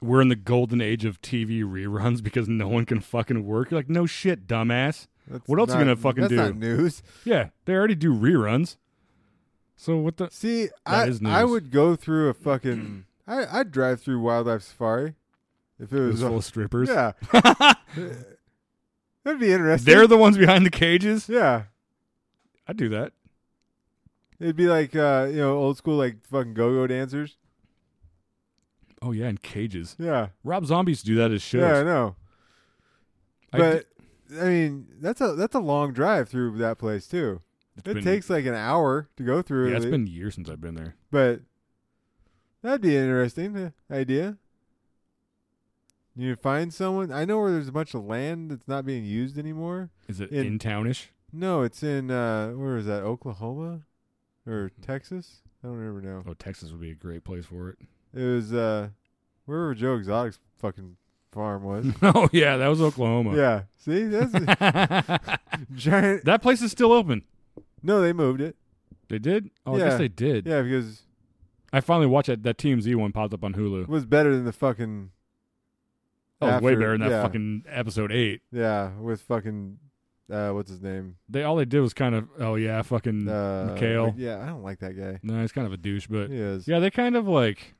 [SPEAKER 3] we're in the golden age of TV reruns because no one can fucking work. You're like, no shit, dumbass.
[SPEAKER 2] That's
[SPEAKER 3] What else you
[SPEAKER 2] not-
[SPEAKER 3] gonna fucking
[SPEAKER 2] that's
[SPEAKER 3] do?
[SPEAKER 2] not news.
[SPEAKER 3] Yeah, they already do reruns. So what the?
[SPEAKER 2] See, I
[SPEAKER 3] is
[SPEAKER 2] I
[SPEAKER 3] news.
[SPEAKER 2] would go through a fucking I I'd drive through wildlife safari if it
[SPEAKER 3] It
[SPEAKER 2] was,
[SPEAKER 3] was full of strippers.
[SPEAKER 2] uh, yeah. That'd be interesting.
[SPEAKER 3] They're the ones behind the cages.
[SPEAKER 2] yeah.
[SPEAKER 3] I'd do that.
[SPEAKER 2] It'd be like uh, you know, old school like fucking go-go dancers.
[SPEAKER 3] Oh yeah, in cages.
[SPEAKER 2] Yeah.
[SPEAKER 3] Rob Zombies do that as shows.
[SPEAKER 2] Yeah, I know.
[SPEAKER 3] I
[SPEAKER 2] But I mean, that's a that's a long drive through that place too.
[SPEAKER 3] It's
[SPEAKER 2] It
[SPEAKER 3] been-
[SPEAKER 2] takes like an hour to go through.
[SPEAKER 3] Yeah, it's
[SPEAKER 2] at
[SPEAKER 3] been years since I've been there.
[SPEAKER 2] But that'd be an interesting uh, idea. You find someone. I know where there's a bunch of land that's not being used anymore.
[SPEAKER 3] Is it
[SPEAKER 2] In-
[SPEAKER 3] in, townish?
[SPEAKER 2] No, it's in uh where is that? Oklahoma or
[SPEAKER 3] Mm-hmm.
[SPEAKER 2] Texas? I don't remember now.
[SPEAKER 3] Oh, Texas would be a great place for it.
[SPEAKER 2] It was uh wherever Joe Exotic's fucking farm was.
[SPEAKER 3] oh yeah, that was Oklahoma.
[SPEAKER 2] yeah. See, that's a giant.
[SPEAKER 3] that place is still open.
[SPEAKER 2] No, they moved it.
[SPEAKER 3] They did? Oh, I
[SPEAKER 2] Yeah.
[SPEAKER 3] guess they did.
[SPEAKER 2] Yeah, because
[SPEAKER 3] I finally watched that, that TMZ one popped up on
[SPEAKER 2] it
[SPEAKER 3] Hulu.
[SPEAKER 2] was better than the fucking.
[SPEAKER 3] That was way
[SPEAKER 2] after-
[SPEAKER 3] better than that
[SPEAKER 2] yeah,
[SPEAKER 3] fucking episode eight.
[SPEAKER 2] Yeah, with fucking uh what's his name?
[SPEAKER 3] They all they did was kind of oh yeah, fucking
[SPEAKER 2] uh,
[SPEAKER 3] Mikhail.
[SPEAKER 2] Yeah, I don't like that guy.
[SPEAKER 3] No, he's kind of a douche, but
[SPEAKER 2] He is.
[SPEAKER 3] yeah, they kind of like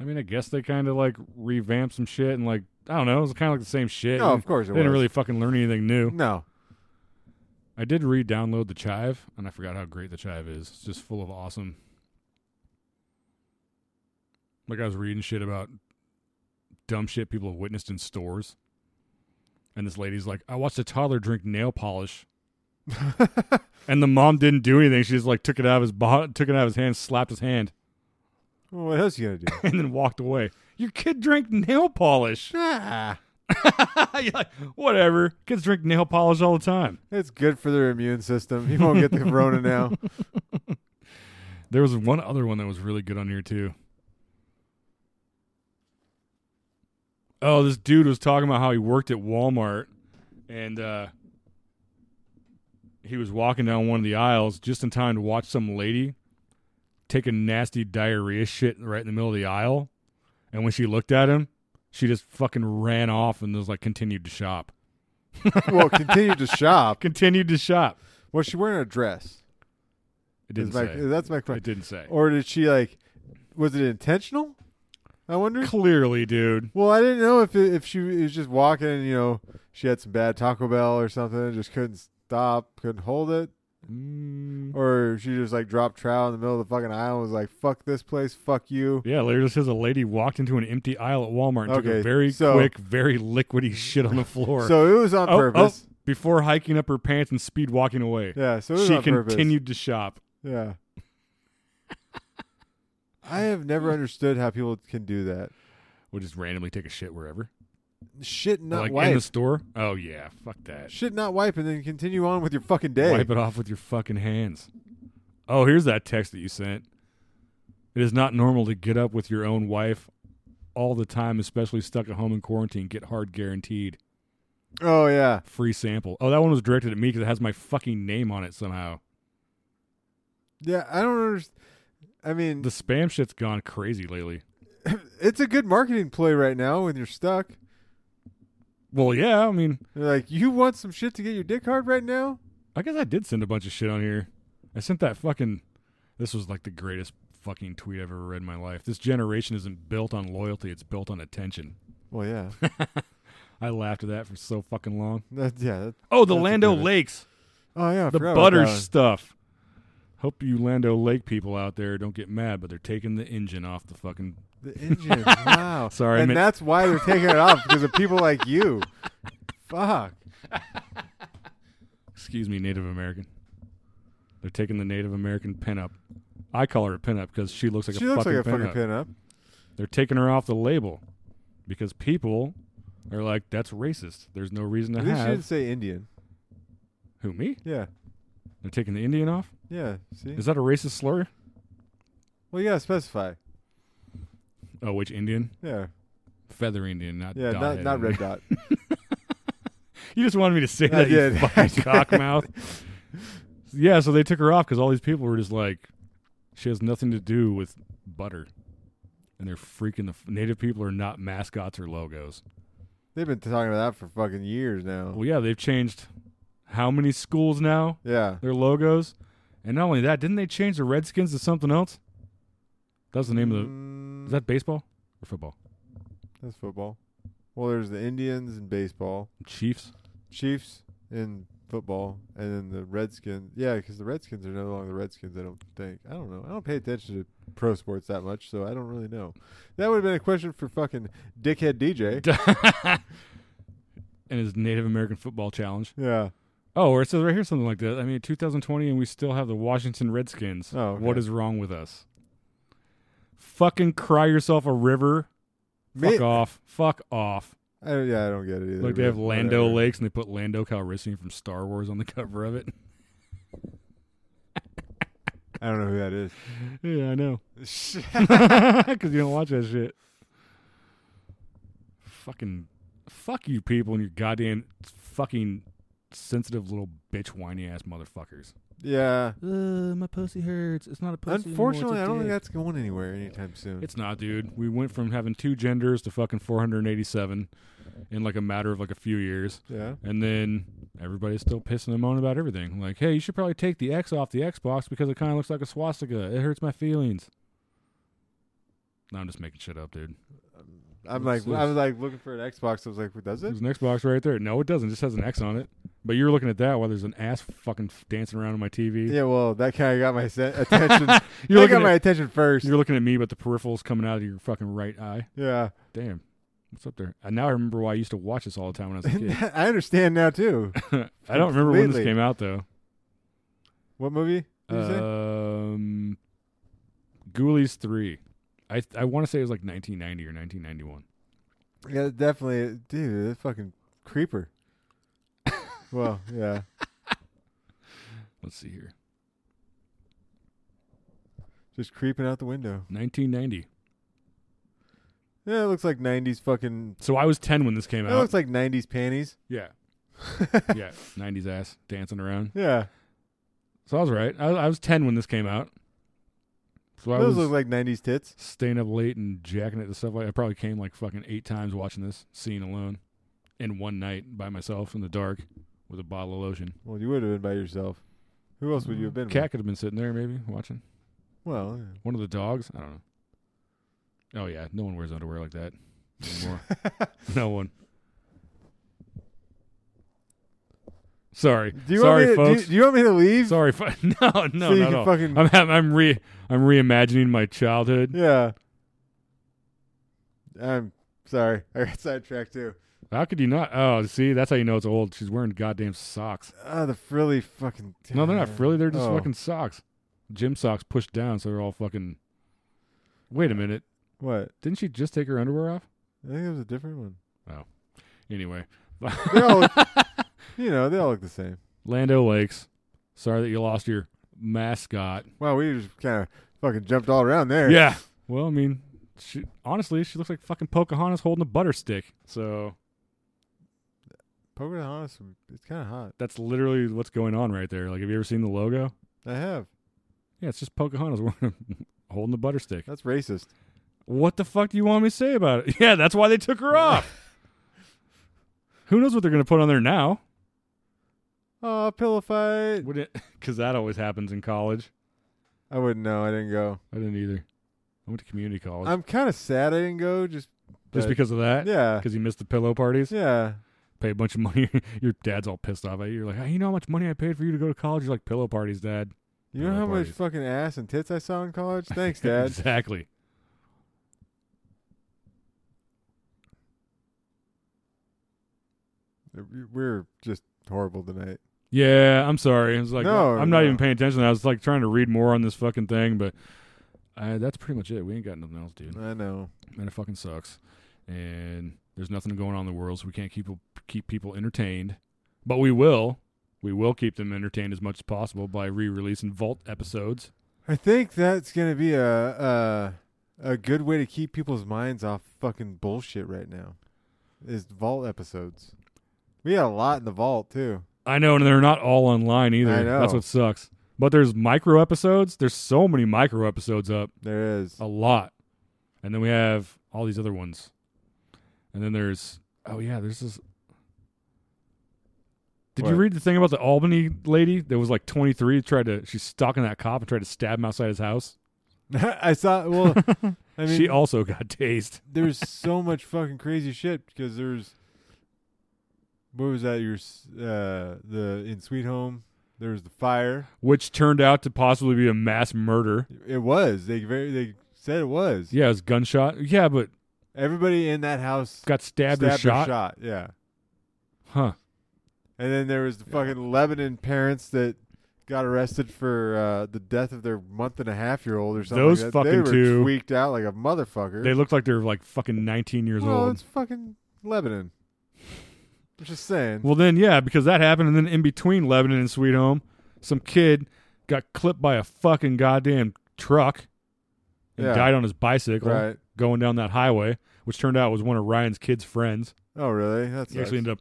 [SPEAKER 3] I mean, I guess they kind of like revamped some shit and like I don't know, it was kind of like the same shit.
[SPEAKER 2] No,
[SPEAKER 3] and
[SPEAKER 2] of course it
[SPEAKER 3] They didn't
[SPEAKER 2] was.
[SPEAKER 3] really fucking learn anything new.
[SPEAKER 2] No.
[SPEAKER 3] I did re-download the Chive, and I forgot how great the Chive is. It's just full of awesome. Like I was reading shit about dumb shit people have witnessed in stores, and this lady's like, "I watched a toddler drink nail polish," and the mom didn't do anything. She just like took it out of his bo- took it out of his hand, slapped his hand,
[SPEAKER 2] Well, what else you gonna do?
[SPEAKER 3] and then walked away. Your kid drank nail polish.
[SPEAKER 2] ah,
[SPEAKER 3] You're like, whatever. Kids drink nail polish all the time.
[SPEAKER 2] it's good for their immune system. You won't get the corona now.
[SPEAKER 3] There was one other one that was really good on here too. Oh, this dude was talking about how he worked at Walmart and uh he was walking down one of the aisles just in time to watch some lady take a nasty diarrhea shit right in the middle of the aisle. And when she looked at him, she just fucking ran off and was like continued to shop.
[SPEAKER 2] well, continued to shop.
[SPEAKER 3] Continued to shop.
[SPEAKER 2] Was she wearing a dress?
[SPEAKER 3] It
[SPEAKER 2] Is
[SPEAKER 3] didn't
[SPEAKER 2] my,
[SPEAKER 3] say.
[SPEAKER 2] That's my
[SPEAKER 3] It
[SPEAKER 2] question.
[SPEAKER 3] didn't say.
[SPEAKER 2] Or did she like? Was it intentional? I wonder.
[SPEAKER 3] Clearly, dude.
[SPEAKER 2] Well, I didn't know if it, if she was just walking, and, you know, she had some bad Taco Bell or something, and just couldn't stop, couldn't hold it,
[SPEAKER 3] Mm.
[SPEAKER 2] or she just like dropped trowel in the middle of the fucking aisle and was like, "Fuck this place, fuck you."
[SPEAKER 3] Yeah, later it says a lady walked into an empty aisle at Walmart and took
[SPEAKER 2] Okay,
[SPEAKER 3] a very
[SPEAKER 2] so-
[SPEAKER 3] quick, very liquidy shit on the floor.
[SPEAKER 2] So it was on
[SPEAKER 3] Oh, oh,
[SPEAKER 2] purpose.
[SPEAKER 3] before hiking up her pants and speed walking away.
[SPEAKER 2] Yeah. So it was
[SPEAKER 3] she
[SPEAKER 2] on purpose.
[SPEAKER 3] continued to shop.
[SPEAKER 2] Yeah. I have never understood how people can do that.
[SPEAKER 3] Would just randomly take a shit wherever.
[SPEAKER 2] Shit, not
[SPEAKER 3] like in
[SPEAKER 2] wipe.
[SPEAKER 3] the store. Oh yeah, fuck that.
[SPEAKER 2] Shit, not wipe, and then continue on with your fucking day.
[SPEAKER 3] Wipe it off with your fucking hands. Oh, here's that text that you sent. It is not normal to get up with your own wife all the time, especially stuck at home in quarantine. Get hard guaranteed.
[SPEAKER 2] Oh yeah.
[SPEAKER 3] Free sample. Oh, that one was directed at me because it has my fucking name on it somehow.
[SPEAKER 2] Yeah. I don't understand. I mean,
[SPEAKER 3] The spam shit's gone crazy lately.
[SPEAKER 2] it's a good marketing play right now when you're stuck.
[SPEAKER 3] Well, yeah, I mean,
[SPEAKER 2] You're like, you want some shit to get your dick hard right now?
[SPEAKER 3] I guess I did send a bunch of shit on here. I sent that fucking. This was like the greatest fucking tweet I've ever read in my life. This generation isn't built on loyalty; it's built on attention.
[SPEAKER 2] Well, yeah.
[SPEAKER 3] I laughed at that for so fucking long.
[SPEAKER 2] That- yeah. that-
[SPEAKER 3] Oh, the
[SPEAKER 2] That's a
[SPEAKER 3] Lando
[SPEAKER 2] good-
[SPEAKER 3] Lakes,
[SPEAKER 2] oh yeah. I
[SPEAKER 3] the
[SPEAKER 2] forgot about
[SPEAKER 3] butter
[SPEAKER 2] that one.
[SPEAKER 3] stuff. Hope you Lando Lake people out there don't get mad, but they're taking the engine off the fucking.
[SPEAKER 2] The engine. Wow.
[SPEAKER 3] Sorry, I
[SPEAKER 2] And
[SPEAKER 3] meant-
[SPEAKER 2] that's why they're taking it off because of people like you. Fuck.
[SPEAKER 3] Excuse me, Native American. They're taking the Native American pinup. I call her a pinup because she looks like
[SPEAKER 2] she
[SPEAKER 3] a
[SPEAKER 2] looks like
[SPEAKER 3] fucking
[SPEAKER 2] a fucking
[SPEAKER 3] pinup.
[SPEAKER 2] pinup.
[SPEAKER 3] They're taking her off the label because people are like, "That's racist." There's no reason to
[SPEAKER 2] At least she didn't
[SPEAKER 3] have
[SPEAKER 2] say Indian.
[SPEAKER 3] who me.
[SPEAKER 2] Yeah.
[SPEAKER 3] They're taking the Indian off.
[SPEAKER 2] Yeah. See.
[SPEAKER 3] Is that a racist slur?
[SPEAKER 2] Well, you gotta specify.
[SPEAKER 3] Oh, which Indian?
[SPEAKER 2] Yeah.
[SPEAKER 3] Feather Indian, not
[SPEAKER 2] Yeah.
[SPEAKER 3] dot
[SPEAKER 2] Not
[SPEAKER 3] head
[SPEAKER 2] not
[SPEAKER 3] Indian.
[SPEAKER 2] red dot.
[SPEAKER 3] You just wanted me to say
[SPEAKER 2] I
[SPEAKER 3] that, you
[SPEAKER 2] did.
[SPEAKER 3] fucking cockmouth. Yeah, so they took her off because all these people were just like, she has nothing to do with butter, and they're freaking the f- native people are not mascots or logos.
[SPEAKER 2] They've been talking about that for fucking years now.
[SPEAKER 3] Well, yeah, they've changed how many schools now?
[SPEAKER 2] Yeah.
[SPEAKER 3] their logos. And not only that, didn't they change the Redskins to something else? That was the name of the. Is that baseball or football?
[SPEAKER 2] Mm, That's football. Well, there's the Indians in baseball,
[SPEAKER 3] Chiefs.
[SPEAKER 2] Chiefs in football, and then the Redskins. Yeah, because the Redskins are no longer the Redskins. I don't think. I don't know. I don't pay attention to pro sports that much, so I don't really know. That would have been a question for fucking dickhead DJ.
[SPEAKER 3] and his Native American football challenge.
[SPEAKER 2] yeah.
[SPEAKER 3] Oh, or it says right here something like that. I mean, 2020, and we still have the Washington Redskins.
[SPEAKER 2] Oh, okay.
[SPEAKER 3] What is wrong with us? Fucking cry yourself a river.
[SPEAKER 2] Me-
[SPEAKER 3] Fuck off. Fuck off.
[SPEAKER 2] I, don't- yeah, I don't get it either.
[SPEAKER 3] Like they
[SPEAKER 2] but
[SPEAKER 3] have Lando
[SPEAKER 2] whatever.
[SPEAKER 3] Lakes and they put Lando Calrissian from Star Wars on the cover of it.
[SPEAKER 2] I don't know who that is.
[SPEAKER 3] Yeah, I know. Because you don't watch that shit. Fucking, fuck you people and your goddamn fucking sensitive little bitch whiny ass motherfuckers.
[SPEAKER 2] Yeah.
[SPEAKER 3] Uh, my pussy hurts. It's not a
[SPEAKER 2] Unfortunately, I don't think that's going anywhere anytime soon.
[SPEAKER 3] It's not, dude. We went from having two genders to fucking 487 in like a matter of like a few years.
[SPEAKER 2] yeah.
[SPEAKER 3] And then everybody's still pissing and moaning about everything. Like, hey, you should probably take the X off the Xbox because it kind of looks like a swastika. It hurts my feelings. No, I'm just making shit up, dude. What's
[SPEAKER 2] I'm like,
[SPEAKER 3] this?
[SPEAKER 2] I was like looking for an Xbox. I was like, does it?
[SPEAKER 3] There's an Xbox right there. No, it doesn't. It just has an X on it. But you're looking at that while there's an ass fucking f- dancing around on my TV.
[SPEAKER 2] Yeah, well, that kind of got my se- attention. that
[SPEAKER 3] You're looking,
[SPEAKER 2] got my
[SPEAKER 3] at,
[SPEAKER 2] attention 1st
[SPEAKER 3] you're looking at me, but the peripheral's coming out of your fucking right eye.
[SPEAKER 2] yeah,
[SPEAKER 3] Damn. What's up there? And now I remember why I used to watch this all the time when I was a kid.
[SPEAKER 2] I understand now too.
[SPEAKER 3] I don't remember when this
[SPEAKER 2] Completely.
[SPEAKER 3] came out, though.
[SPEAKER 2] What movie? Did you
[SPEAKER 3] Uh,
[SPEAKER 2] say?
[SPEAKER 3] Um, Ghoulies three. I I want to say it was like 1990 or 1991.
[SPEAKER 2] Yeah, definitely, dude. That fucking creeper. well, yeah.
[SPEAKER 3] Let's see here.
[SPEAKER 2] Just creeping out the window.
[SPEAKER 3] 1990.
[SPEAKER 2] Yeah, it looks like '90s fucking.
[SPEAKER 3] So I was ten when this came
[SPEAKER 2] It
[SPEAKER 3] out.
[SPEAKER 2] looks like '90s panties.
[SPEAKER 3] yeah, yeah, nineties ass dancing around.
[SPEAKER 2] yeah,
[SPEAKER 3] So I was right. I, I was ten when this came out. So I
[SPEAKER 2] those
[SPEAKER 3] was
[SPEAKER 2] look like '90s tits.
[SPEAKER 3] staying up late and jacking it and stuff like. I probably came like fucking eight times watching this scene alone, in one night by myself in the dark with a bottle of lotion.
[SPEAKER 2] Well, you would have been by yourself. Who else would you have been?
[SPEAKER 3] Cat could have been sitting there maybe watching.
[SPEAKER 2] With? Well,
[SPEAKER 3] One of the dogs. I don't know. Oh yeah, no one wears underwear like that anymore.
[SPEAKER 2] yeah.
[SPEAKER 3] no one. Sorry,
[SPEAKER 2] do you
[SPEAKER 3] sorry,
[SPEAKER 2] want me to,
[SPEAKER 3] folks.
[SPEAKER 2] Do you, do you want me to leave?
[SPEAKER 3] Sorry, fo- no, no,
[SPEAKER 2] so you
[SPEAKER 3] no,
[SPEAKER 2] can
[SPEAKER 3] no.
[SPEAKER 2] fucking
[SPEAKER 3] I'm ha- I'm re I'm reimagining my childhood.
[SPEAKER 2] yeah. I'm sorry. I got sidetracked too.
[SPEAKER 3] How could you not? Oh, see, that's how you know it's old. She's wearing goddamn socks.
[SPEAKER 2] Ah, the frilly fucking.
[SPEAKER 3] No, they're not frilly. They're just
[SPEAKER 2] Oh.
[SPEAKER 3] fucking socks. Gym socks pushed down, so they're all fucking. Wait a minute!
[SPEAKER 2] What?
[SPEAKER 3] Didn't she just take her underwear off?
[SPEAKER 2] I think it was a different one.
[SPEAKER 3] Anyway,
[SPEAKER 2] They all, look- you know, they all look the same.
[SPEAKER 3] Lando Lakes. Sorry that you lost your mascot.
[SPEAKER 2] Wow, we just kind of fucking jumped all around there.
[SPEAKER 3] Yeah. Well, I mean, she honestly, she looks like fucking Pocahontas holding a butter stick. So
[SPEAKER 2] Pocahontas, it's kind of hot.
[SPEAKER 3] that's literally what's going on right there. Like, have you ever seen the logo?
[SPEAKER 2] I have.
[SPEAKER 3] Yeah, it's just Pocahontas wearing a- holding a butter stick.
[SPEAKER 2] That's racist.
[SPEAKER 3] What the fuck do you want me to say about it? Yeah, that's why they took her off. Who knows what they're gonna put on there now?
[SPEAKER 2] Oh, pillow fight.
[SPEAKER 3] Because that always happens in college.
[SPEAKER 2] I wouldn't know. I didn't go.
[SPEAKER 3] I didn't either. I went to community college
[SPEAKER 2] I'm kind of sad I didn't go. Just
[SPEAKER 3] just
[SPEAKER 2] but-
[SPEAKER 3] because of that.
[SPEAKER 2] Yeah.
[SPEAKER 3] Because you missed the pillow parties.
[SPEAKER 2] Yeah.
[SPEAKER 3] pay a bunch of money. Your dad's all pissed off at you. You're like, hey, you know how much money I paid for you to go to college? You're like, pillow parties, dad.
[SPEAKER 2] You know
[SPEAKER 3] Pillow
[SPEAKER 2] how much
[SPEAKER 3] parties.
[SPEAKER 2] fucking ass and tits I saw in college? Thanks, Dad.
[SPEAKER 3] exactly.
[SPEAKER 2] We're just horrible tonight.
[SPEAKER 3] Yeah, I'm sorry. It's like,
[SPEAKER 2] No,
[SPEAKER 3] I'm not
[SPEAKER 2] no.
[SPEAKER 3] even paying attention. I was like trying to read more on this fucking thing, but uh, that's pretty much it. We ain't got nothing else, dude.
[SPEAKER 2] I know.
[SPEAKER 3] Man, it fucking sucks. And there's nothing going on in the world, so we can't keep keep people entertained. But we will. We will keep them entertained as much as possible by re-releasing vault episodes.
[SPEAKER 2] I think that's gonna be a a, a good way to keep people's minds off fucking bullshit right now. Is vault episodes? We got a lot in the vault too.
[SPEAKER 3] I know, and they're not all online either.
[SPEAKER 2] I know.
[SPEAKER 3] That's what sucks. But there's micro episodes. There's so many micro episodes up,
[SPEAKER 2] There is.
[SPEAKER 3] a lot. And then we have all these other ones. And then there's oh yeah, there's this. Did you
[SPEAKER 2] What?
[SPEAKER 3] read the thing about the Albany lady that was like 23? Tried to she's stalking that cop and tried to stab him outside his house.
[SPEAKER 2] I saw. Well, I mean,
[SPEAKER 3] she also got tased.
[SPEAKER 2] there's so much fucking crazy shit because there's. What was that? Your s- uh, the in Sweet Home. There was the fire.
[SPEAKER 3] which turned out to possibly be a mass murder.
[SPEAKER 2] It was. They very. They said it was.
[SPEAKER 3] Yeah, it was gunshot. Yeah, but
[SPEAKER 2] Everybody in that house
[SPEAKER 3] got stabbed, or
[SPEAKER 2] stabbed
[SPEAKER 3] shot.
[SPEAKER 2] or shot. Yeah.
[SPEAKER 3] Huh.
[SPEAKER 2] And then there was the fucking Lebanon parents that got arrested for uh, the death of their month and a half year old or something.
[SPEAKER 3] Those
[SPEAKER 2] like that.
[SPEAKER 3] fucking
[SPEAKER 2] they were
[SPEAKER 3] two-
[SPEAKER 2] tweaked out like a motherfucker.
[SPEAKER 3] They looked like they were like fucking 19 years
[SPEAKER 2] well,
[SPEAKER 3] old.
[SPEAKER 2] it's fucking Lebanon. I'm just saying.
[SPEAKER 3] Well, then, yeah, because that happened. And then in between Lebanon and Sweet Home, some kid got clipped by a fucking goddamn truck and
[SPEAKER 2] Yeah.
[SPEAKER 3] died on his bicycle
[SPEAKER 2] right?
[SPEAKER 3] going down that highway, which turned out was one of Ryan's kid's friends.
[SPEAKER 2] Oh, really? That's
[SPEAKER 3] He actually ended up.